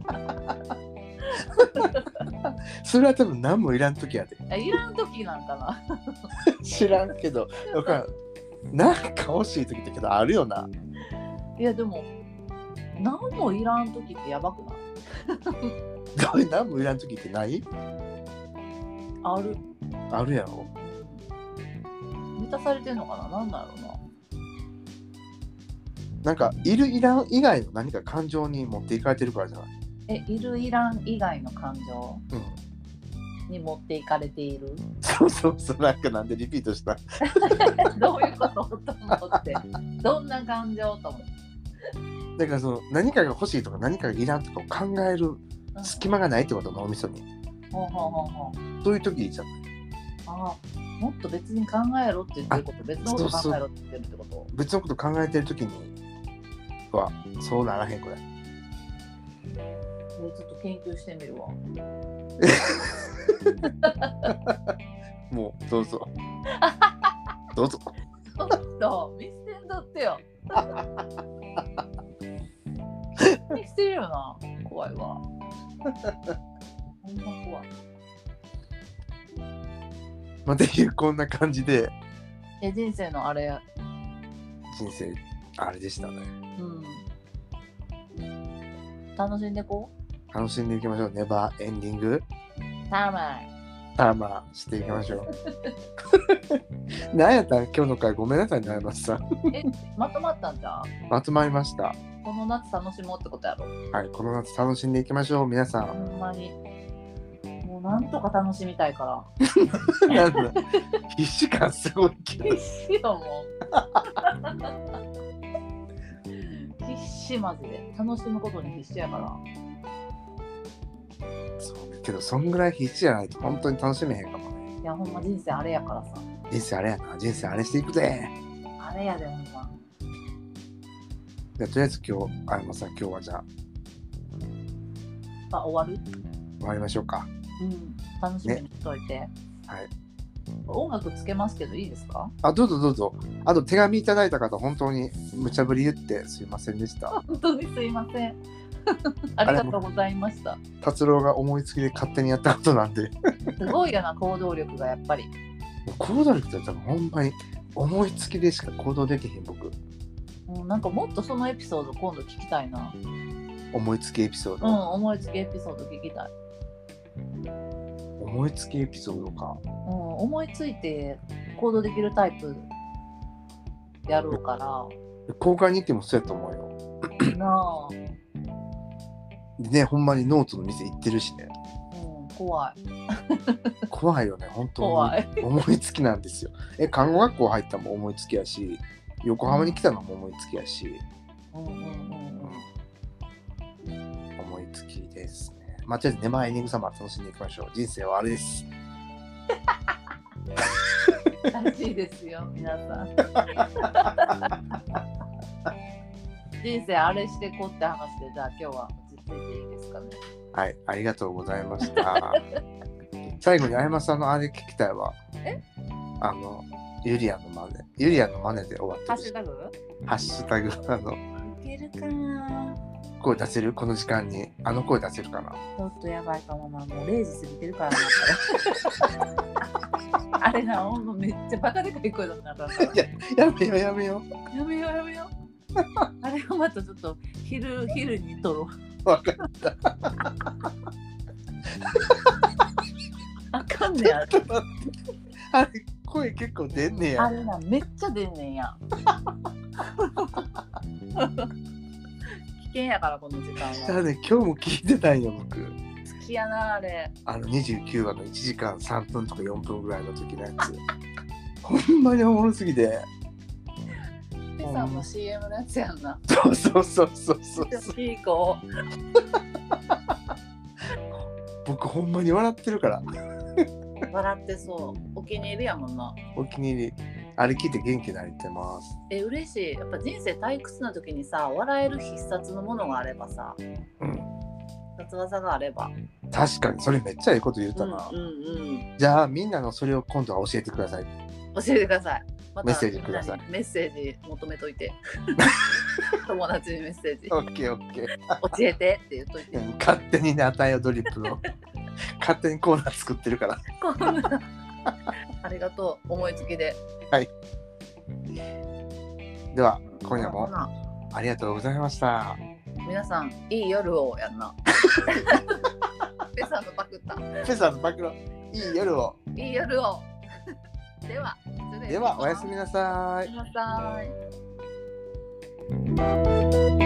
B: ら
A: それは多分何もいらん時やで
B: えいらん時なんかな
A: [LAUGHS]
B: [LAUGHS]
A: 知らんけどだからなんか欲しい時ってけどあるよない
B: やでも何もいらん時ってやばくない
A: どれ何もいらん時ってない
B: ある
A: あるやろ
B: 満たされてんのかな何だろうな
A: なんかいるいらん以外の何か感情に持っていかれてるからじゃない、
B: えいるいらん以外の感情
A: うん、
B: に持っていかれている
A: そうそうそうなんかなんでリピートした
B: どういうことと思ってどんな感情と思って、
A: だからその何かが欲しいとか何かがいらんとかを考える
B: うん
A: 隙間がないってこと脳みそに
B: ほうほうほうほう
A: そういう時じゃん
B: ああもっと別に考えろって言ってること別のこと考えろって言ってるってこと
A: 別のこと考えてる時にはそうならへんこれ
B: えちょっと研究してみるわ
A: もうどう [LAUGHS] ぞどうぞ
B: ちょっと見せてんだってよ見せてるよな怖いわほんま怖い
A: まあ、っていうこんな感じで
B: え人生のあれ
A: 人生あれでしたね
B: うん楽しんでこ
A: 楽しんでいきましょうネバーエンディング
B: うターマイ
A: ターマーしていきましょ [LAUGHS] うなんやったん今日の回ごめんなさいねまさん
B: まとまったんじゃん
A: まとまりました
B: この夏楽しもうってことやろ
A: はいこの夏楽しんでいきましょう皆さん [LAUGHS]
B: ほんまにもうなんとか楽しみたいから
A: なんだ必死感すごいけど
B: 必死よもう必死マジで楽しむことに必死やから
A: そうけどそんぐらい必死じゃないと本当に楽しめへんかもね
B: いやほんま人生あれやからさ
A: 人生あれやな人生あれしていくぜ
B: あれやでほんま
A: じゃあとりあえず今日あやまさん今日はじゃあ
B: あ終わる
A: 終わりましょうか
B: うん楽しみにしといて、
A: はい
B: 音楽つけますけどいいですか
A: あどうぞどうぞあと手紙いただいた方本当に無茶ぶり言ってすいませんでした
B: 本当にすいません [LAUGHS] ありがとうございました
A: 達郎が思いつきで勝手にやったことなんです
B: ごいよな行動力がやっぱり
A: 行動力って多分ほんまに思いつきでしか行動できへん僕
B: もうなんかもっとそのエピソード今度聞きたいな
A: 思いつきエピソー
B: うん
A: ド、
B: 思いつきエピソード聞きたい、
A: 思いつきエピソードか
B: うん、思いついて行動できるタイプやろうか [CLEARS THROAT]
A: 公開に行ってもそうやと思うよ
B: らなあ、
A: でねほんまにノートの店行ってるしね
B: うん、怖い
A: 怖いよね本当に
B: 怖い
A: 思いつきなんですよえ看護学校入ったのも思いつきやし横浜に来たのも思いつきやし、
B: うんうんうんうん
A: 思いつきですね間違えずネバーエンディングサマー楽しんでいきましょう。人生はあれです。
B: らしいですよ、皆さ [LAUGHS] ん。人生あれしてこって話で、じゃあ今日は落ち着いていいですかね。
A: はい、ありがとうございました。最後にあやまさんのあれ聞きたいわ。
B: え
A: あの、ユリアの真似。ユリアの真似で終わって
B: ハッ
A: ほ
B: シ
A: し
B: ュ
A: い
B: タグい
A: ハッシュタグ、あの、
B: けるかな
A: 声出せるこの時間に。あの声出せるかな
B: ちょっとやばいかもな、もう0時過ぎてるからな。 [LAUGHS] これあれな、ほんまめっちゃバカでかい声だったから
A: いややめようやめよ
B: やめようやめよう。あれはまたちょっと昼昼に撮ろう。
A: う。わかっ
B: [LAUGHS] あかんねや。
A: た。待ってあれ、声結構出んね
B: あ
A: や。
B: れな、めっちゃ出んねんやん。危険やから、この時間
A: だから
B: は。
A: ね、今日も聞いてたんよ、僕。
B: 好きやな、あれ。
A: あの29話の1時間3分とか4分ぐらいの時のやつ。ほんまにおもろすぎて。
B: ペさんも CM のやつやんな。
A: そうそうそうそうそう。
B: いい子。
A: 僕ほんまに笑ってるから。
B: 笑ってそう。お気に入りやもんな。
A: お気に入り。あれ聞いて元気になれてます。
B: え、嬉しい。やっぱ人生退屈な時にさ、笑える必殺のものがあればさ、
A: うん。
B: 必殺技があれば。
A: 確かに、それめっちゃいいこと言うたな。
B: うんうんうん。
A: じゃあ、みんなのそれを今度は教えてください。
B: 教えてください。また
A: メッセージください
B: みんなにメッセージ求めとい
A: [LAUGHS]
B: て。友達にメッセージ。教
A: オッケーオッケー。
B: えてって言っといて。
A: 勝手にね、値をドリップの。 [LAUGHS] 勝手にコーナー作ってるから。
B: こんな [LAUGHS] ありがとう。思いつきで。
A: では、今夜
B: ほ
A: も
B: な
A: ありがとうございました。
B: 皆さん、いい夜をやんな。ペさんのパクった。
A: ペさんの暴露、いい夜を。
B: いい夜を。では、失礼します
A: では、おやすみなさい
B: おやす。みなさい。